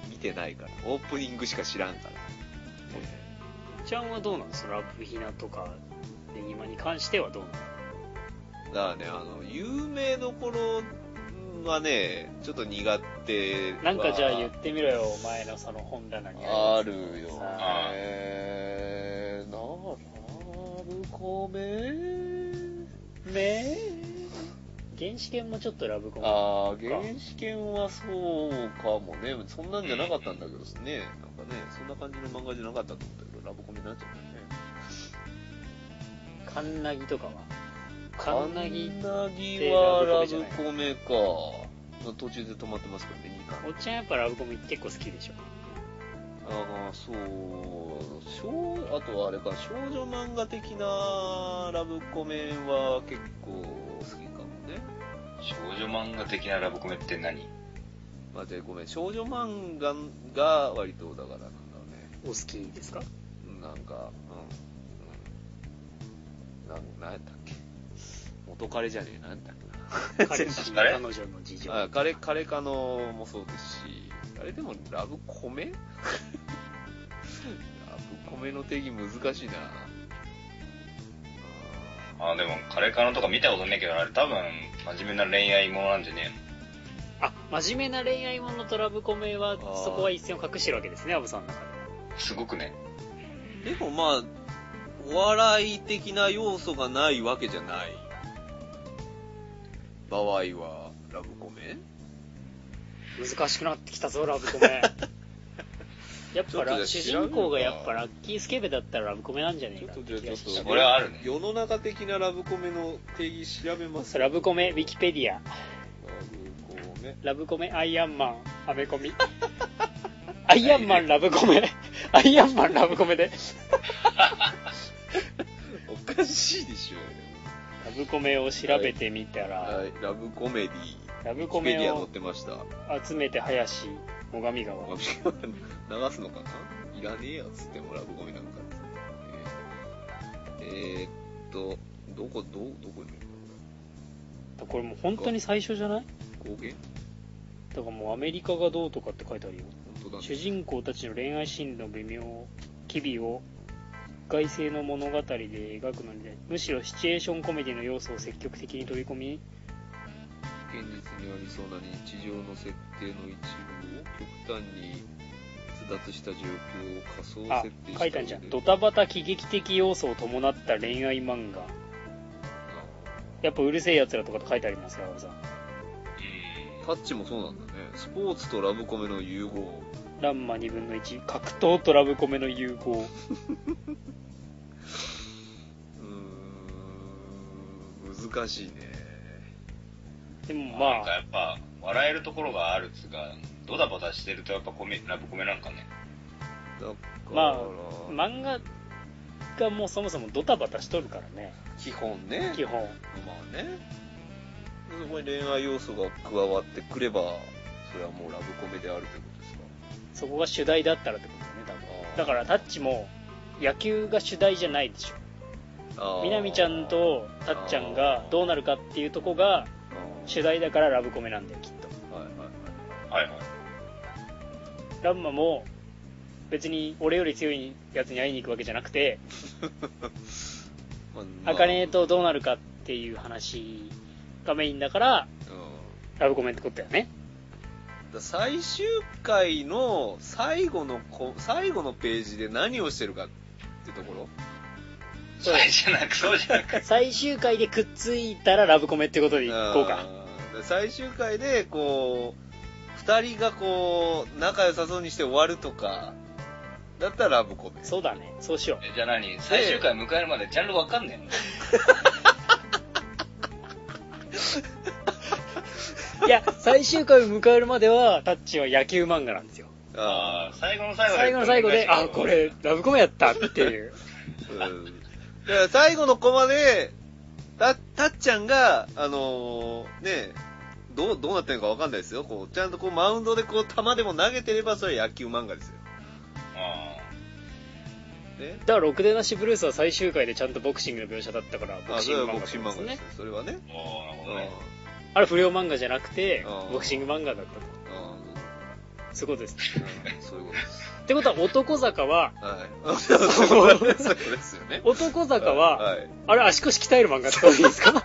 B: 見てないから。オープニングしか知らんから。ぽいね
A: ちゃんはどうなんですかラブヒナとかデニマに関してはどうなんですか
B: だからねあの有名どころはねちょっと苦手は
A: なんかじゃあ言ってみろよお前のその本棚に
B: あ
A: る
B: るよ
A: あ
B: ねなるこめ
A: ね原始圏もちょっとラブコメ
B: ああ、原始圏はそうかもね。そんなんじゃなかったんだけどね。なんかね、そんな感じの漫画じゃなかったと思ったけど、ラブコメになっちゃったね。
A: カンナギとかはカ
B: カ
A: ン
B: ン
A: ナ
B: ナギ
A: ギ
B: はラブコメか。途中で止まってますからね、2
A: お
B: 巻。
A: っちゃんやっぱラブコメ結構好きでしょ
B: ああ、そう。少あとはあれか、少女漫画的なラブコメは結構好きかもね。
C: 少女漫画的なラブコメって何
B: まあ、じゃあごめん、少女漫画が割とだからなんだろうね。
A: お好きですか
B: なんか、うん。うん、な、なんやったっけ。元彼じゃねえ、なんやったっけな。
A: 彼氏彼女の事情
B: あ彼、彼かのもそうですし、あれでもラブコメ ラブコメの定義難しいな。
C: あ、でも、カレカノとか見たことねえけど、あれ多分、真面目な恋愛ものなんじゃね
A: あ真面目な恋愛ものとラブコメはそこは一線を隠してるわけですねアブさんの中で
C: えのすごくね。
B: でもまあ、お笑い的な要素がないわけじゃない。場合は、ラブコメ
A: 難しくなってきたぞラブコメやっ
B: ちょっと
A: ぱ
B: じゃ
A: ら
B: あ
A: 主人公
B: 調
A: が
B: べよ
A: や
B: うか
A: っぱラッキースケベだったらラブコメなんじゃねえかって気がしてき
C: これはあるね
B: 世の中的なラブコメの定義調べます
A: たラブコメウィキペディア
B: ラブコメ。
A: ラブコメアイアンマンアメコミアイアンマンラブコメアイアンマンラブコメで
B: おかしいでしょ。
A: ラブコメを調べてみたら、
B: はい、ラブコメディ。
A: ラブコ
B: ウ
A: メ
B: ィキペディア載っ
A: を
B: てました。
A: 集めて林最上 川
B: 流すのかないらねえやつってもラブコメなんかっつって。えーえーっと、どこ、ど、どこに
A: これもう本当に最初じゃない
B: 高原
A: だからもうアメリカがどうとかって書いてあるよ
B: 本当だね。
A: 主人公たちの恋愛シーンの微妙機微を外性の物語で描くのに対しむしろシチュエーションコメディの要素を積極的に取り込み
B: 現実にありそうな日常の設定の一部を極端に逸脱した状況を仮想
A: あ
B: 設定した
A: 書いたんじゃんドタバタ喜劇的要素を伴った恋愛漫画やっぱうるせえやつらとかって書いてありますよ青さん
B: タッチもそうなんだね。スポーツとラブコメの融合。
A: ランマ2分の1格闘とラブコメの融合
B: うーん、難しいね。
A: でも
C: まあ。なん
A: ま
C: か
A: あ
C: やっぱ、笑えるところがあるっつうか、ドタバタしてるとやっぱコメ、ラブコメなんかね。
B: だから、
A: まあ漫画がもうそもそもドタバタしとるからね
B: 基本ね。
A: 基本
B: まあね。そこに恋愛要素が加わってくれば、それはもうラブコメであるということですか。
A: そこが主題だったらってことだよね多分だからタッチも野球が主題じゃないでしょ
B: あー
A: みなみちゃん、とたっちゃんがどうなるかっていうとこが
B: あー
A: 主題だからラブコメなんだよきっと
B: はいはいはい。
C: はいはい。
A: ランマも別に俺より強いやつに会いに行くわけじゃなくて
B: まま
A: あかねとどうなるかっていう話がメインだから
B: うん
A: ラブコメってことだよね
B: だ最終回の最後のこ最後のページで何をしてるかってところ
C: それ じゃなく、そうじゃなく。
A: 最終回でくっついたらラブコメってことでいこうか
B: うんで最終回でこう2人がこう仲良さそうにして終わるとかだったらラブコメ
A: そうだねそうしよ
C: えじゃあ何最終回迎えるまでジャンルわかんねえの
A: ういや最終回を迎えるまではタッチは野球漫画なんですよ
C: あー最後の最後で。
A: 最後の最後であこれラブコメやったっていう
B: うんだから最後のコマでたたっちゃんがあのーねどうどうなってるのかわかんないですよこうちゃんとこうマウンドでこう球でも投げてればそれは野球漫画ですよ
C: あ
B: ね
A: だからろくでなしブルースは最終回でちゃんとボクシングの描写だったからボ
B: あ
A: ク
B: そ
A: シ
B: れ
A: ン
B: は
A: グ漫
B: ボ
A: 画
B: クシング
A: だった
B: 漫
A: ん
B: 画ですすよ
A: でね
B: それはね
C: ーあー、なるほ
B: う
C: ど
B: ん
C: ね。
A: あれ不良漫画じゃなくて
B: うん
A: ボクシング漫画だったと
B: うん
A: そういうことです。
B: うんそういうことです。
A: ってことは、男坂は、
B: はい。 そうですよね。
A: 男坂は、
B: はい。
A: あれ、足腰鍛える漫画っていいです か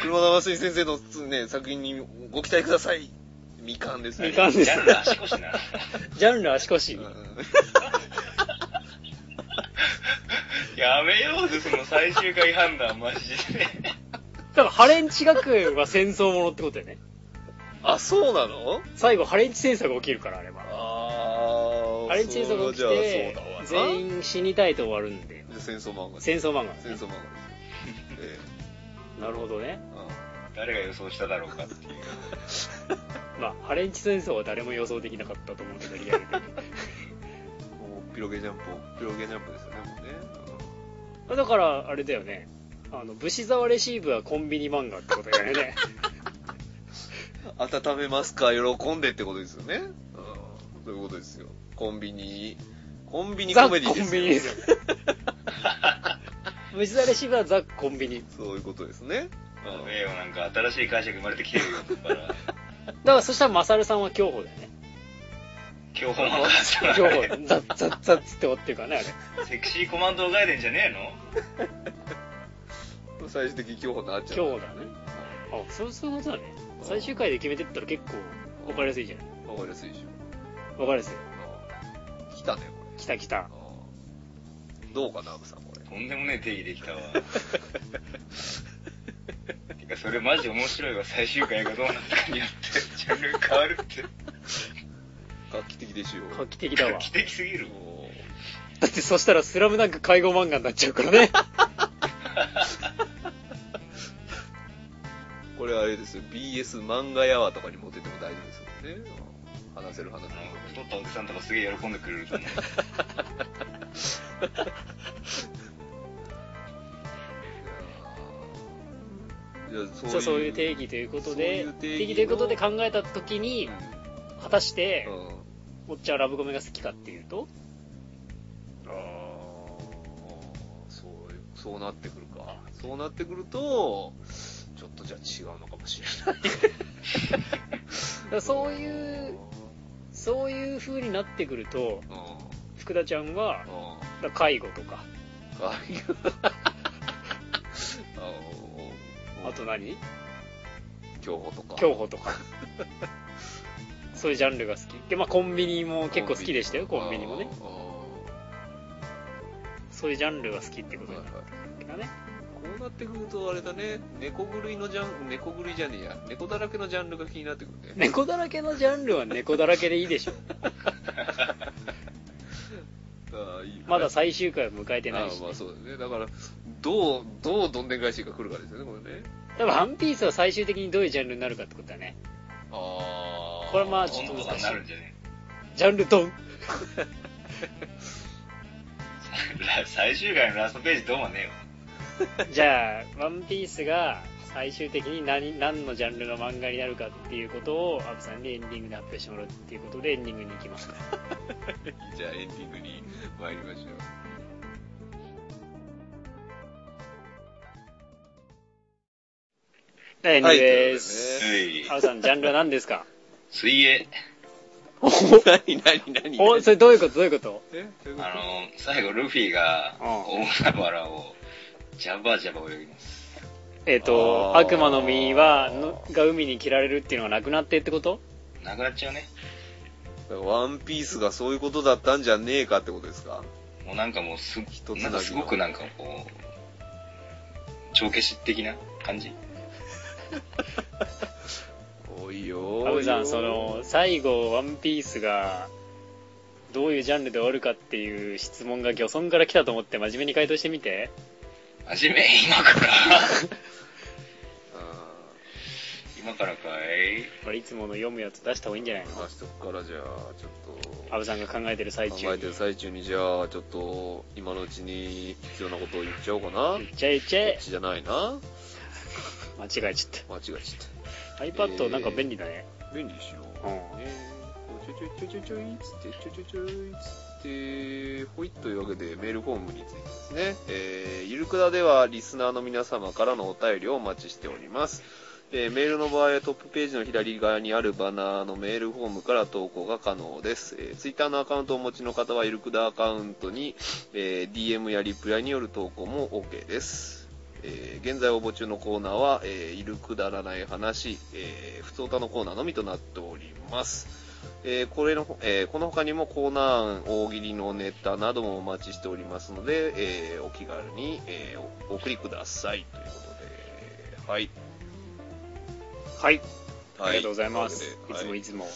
B: 車田正先生のね、作品にご期待ください。みかんですね。
A: みかん
C: ギ
A: です
C: ャンル足腰な。
A: ジャンル足腰
B: う。ん
C: やめようぜ、その 最終回判断、マジで。
A: 多分、ハレンチ学園は戦争ものってことだよね。
B: あ、そうなの
A: 最後、ハレンチ戦争が起きるから、あれは。
B: あ
A: ハレンチ戦争が起きて、全員死にたいと終わるんで。
B: 戦争漫画です。
A: 戦争漫画。
B: 戦 争漫画です。え
A: なるほどね
B: え。
C: 誰が予想しただろうかっていう。
A: まあ、ハレンチ戦争は誰も予想できなかったと思うけど、リアルに。
B: うんもうピロゲジャンプ、ピロゲジャンプですよね、もうね。
A: だから、あれだよね。あの、武士沢レシーブはコンビニ漫画ってことだ よね。
B: 温めますか喜んでってことですよね。うんそういうことですよ。コンビニ、コンビニコメディですよ。
A: ザコンビニですよ。 武士沢レシーブはザ・コンビニ。
B: そういうことですね。
C: やべえよ、なんか新しい解釈生まれてきてるよ、だ から。
A: だから、そしたら、マサルさんは競歩だ よね。
C: 競歩漫画だ
A: 競歩、ザッザッザッつって終わってるからね、あれ。
C: セクシーコマンドを書いてんじゃねえ
B: 最終的に競歩になっちゃう。
A: 競歩だね。あ、そうそういうことだね。最終回で決めてったら結構、分かりやすいじゃない。
B: わかりやすいでし
A: 分かりやすい。
B: ょ。来たね、こ
A: 来た来た
B: れ。。どうかな、アブさん、これ。
C: のとんでもねえ定義でき たわ。てか、それマジ面白いわ、最終回がどうなったかによって、ジャンル変わるって。
B: 画期的でしょ。
A: 画期 的だわ
C: 画。期的すぎる。
A: だって、そしたら、スラムダンク介護漫画になっちゃうからね。
B: これあれですよ、BS 漫画やわとかに持ってっても大丈夫ですよね。うん話せる話せ
C: なんか太ったおじさんとかすげえ喜んでくれると思う。
B: る。いや
A: そうそういう定義ということで、
B: そういう
A: 定
B: 定義の
A: 義ということで考えたときに、果たして
B: う、んうん
A: おっちゃんはラブコメが好きかっていうと、
B: あーそういうそうなってくるかそうなってくるとちょっとじゃあ違うのかもしれない
A: だから そういう、そういう風になってくると、
B: うんうん
A: 福田ちゃんは、だから介護とか、
B: ああいうあの
A: あと何
B: 競歩とか
A: 競歩と か。そういうジャンルが好き。で、まあコンビニも結構好きでしたよ、コンビニもね。
B: あ
A: そういうジャンルが好きってこ
B: ー
A: と
B: はい
A: だ
B: はい
A: からね。
B: こうなってくるとあれだね猫狂いのジャン猫狂いじゃねえや猫だらけのジャンルが気になってくるね
A: 猫だらけのジャンルは猫だらけでいいでしょ。
B: あーいい
A: まだ最終回を迎えてない
B: あ
A: し
B: ー。まあそうだねだからどうどうどんでん返しが来るかですよねこれね
A: 多分ワンピースは最終的にどういうジャンルになるかってことだね。
B: ああ
A: これまあちょっと
C: 温度差
A: 難
C: に
A: しい
C: なるんじゃね
A: ジャンル ドン。
C: え 最終回のラストページどうもねえよ。
A: じゃあ、ワンピースが最終的に何何のジャンルの漫画になるかっていうことを、アブさんにエンディングで発表してもらうっていうことで、エンディングに行きますか。
B: じゃあエンディングに参りましょう。
A: エンディングです。
B: は
C: うい
A: アブさん、ジャンルは何で すか
C: 水泳。
B: 何何何
A: お、それどういうことどういうこと
B: えどういうこ
C: あの、最後ルフィが、
A: うん
C: 大海原を、ジャバジャバ泳ぎます。
A: えっ、と、
B: あー
A: 悪魔の実はの、が海に切られるっていうのがなくなってってこと
C: なくなっちゃうね。
B: とワンピースがそういうことだったんじゃねえかってことですか
C: もうなんかもうす、
B: 一つだけ
C: なんかすごくなんかこう、帳消し的な感じ
B: おいよ
A: アブさん、そ
B: うん
A: の、最後、ワンピースが、どういうジャンルで終わるかっていう質問が漁村から来たと思って真面目に回答してみて。
C: 真面目今から今からかい
A: これいつもの読むやつ出した方がいいんじゃないの
B: 話しとくからじゃあちょっと
A: アブさんが考えてる最
B: 考
A: 中
B: え
A: に
B: てる最中にじゃあちょっと今のうちに必要なことを言っちゃおうかなこ
A: 言っちゃえ言っちゃえ
B: っちじゃないな
A: 間違えち
B: 間
A: ゃっ
B: 違えちゃった
A: iPad なんか便利だね、
B: 便利でしょ、
A: うん
B: ねこうちょいちょいちょいちょいちょいっつってちょいちょいちょいっつってほいというわけでメールフォームについてですね、えー、ゆるくだではリスナーの皆様からのお便りをお待ちしておりますえーメールの場合はトップページの左側にあるバナーのメールフォームから投稿が可能です。えー、Twitter のアカウントをお持ちの方は、イルクダアカウントに、えー DM やリプライによる投稿も OK です。えー現在応募中のコーナーは、えーいるくだらない話、えー、普通歌のコーナーのみとなっております。えーこれのほ、えーこの他にもコーナー案、大喜利のネタなどもお待ちしておりますので、えーお気軽に、えーおお送りください。ということで、はい。
A: は
B: は
A: い。
B: い
A: ありがとうございます。い
B: は
A: つもいつも、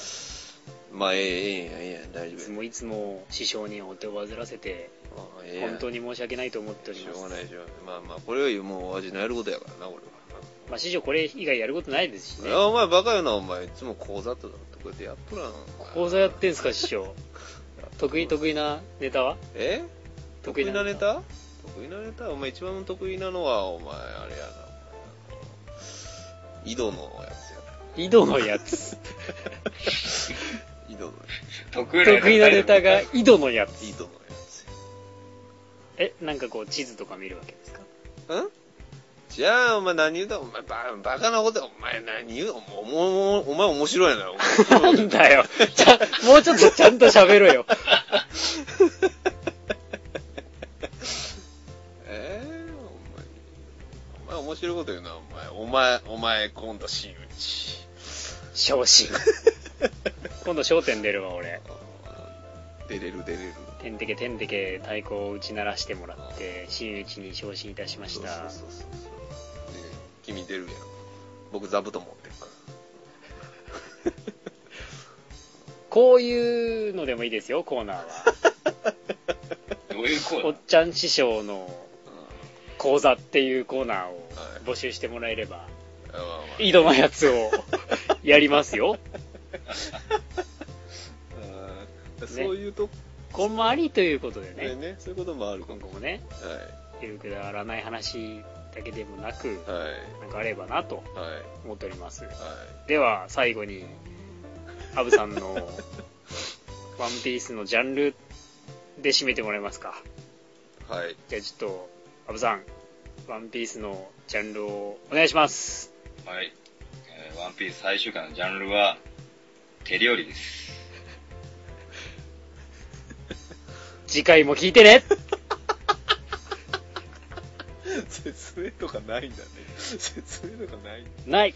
B: まあ、ええええやん、ええやん、大
A: い
B: 丈
A: つ
B: 夫や。
A: もいつも師匠にお手を煩わせて、
B: まあええやん
A: 本当に申し訳ないと思っており
B: し
A: ま
B: ょうが
A: す。
B: ない、しょうがない。まあまあ、これよりもう、お味のやることやからな、俺は。
A: まあ師匠これ以外やることないですしね
B: い。やお前、バカよな、お前。いつも講座とかってこうやってやっとらん。
A: 講座やってんすか師匠。得意得意なネタは
B: え
A: 得
B: 得
A: 意
B: 意
A: な
B: な
A: ネ
B: ネ
A: タ
B: タ得意なネタお前一番得意なのは、お前、あれやな。お前井戸のやつやな。
A: 井戸のやつ。
B: 井戸のや
C: 得意
A: 得意なネタが
C: い
A: 井戸のや
B: つ。井
A: つ。
B: 戸のやつ
A: え、なんかこう地図とか見るわけですか
B: や。んじゃあ、お前何言うたお前バ、バカなことやお前何言うお前お前、お前面白いな。お前
A: なんだよ。ちゃん、もうちょっとちゃんと喋ろよ。
B: えー、お前、お前面白いこと言うな、お前。お前、お前、今度、真打ち。
A: 昇 進。今度焦点出るわ、俺。
B: 出れる、出れる。
A: てんてけてんてけ太鼓を打ち鳴らしてもらって、真打ちに昇進いたしました。
B: そうそうそう。で、君出るやん。僕、座布団持ってるか
A: こういうのでもいいですよ、コーナーは。
C: どういうコ
A: お
C: ー
A: っちゃん師匠の講座っていうコーナーを
B: はい
A: 募集してもらえれば、
B: ら。あまあまあ
A: 井戸のやつ をやりますよ。
B: うんそういうとこ
A: これもありということで
B: ね
A: ね、
B: ね、そういうこともあるか
A: 今
B: も。
A: 後もね、
B: は
A: ゆるくだらない話だけでもなく、
B: い。はい。
A: なんかあればなと
B: はい。
A: 思っております。
B: はい。
A: では、最後に、アブさんのワンピースのジャンルで締めてもらえますか。
B: はい。
A: じゃあちょっと、アブさん、ワンピースのジャンルをお願いします。
C: ナーはい。えーワンピース最終回のジャンルは、手料理です。
A: 次回も聞いてね
B: 説明とかないんだね。説明とかないんだ
A: ない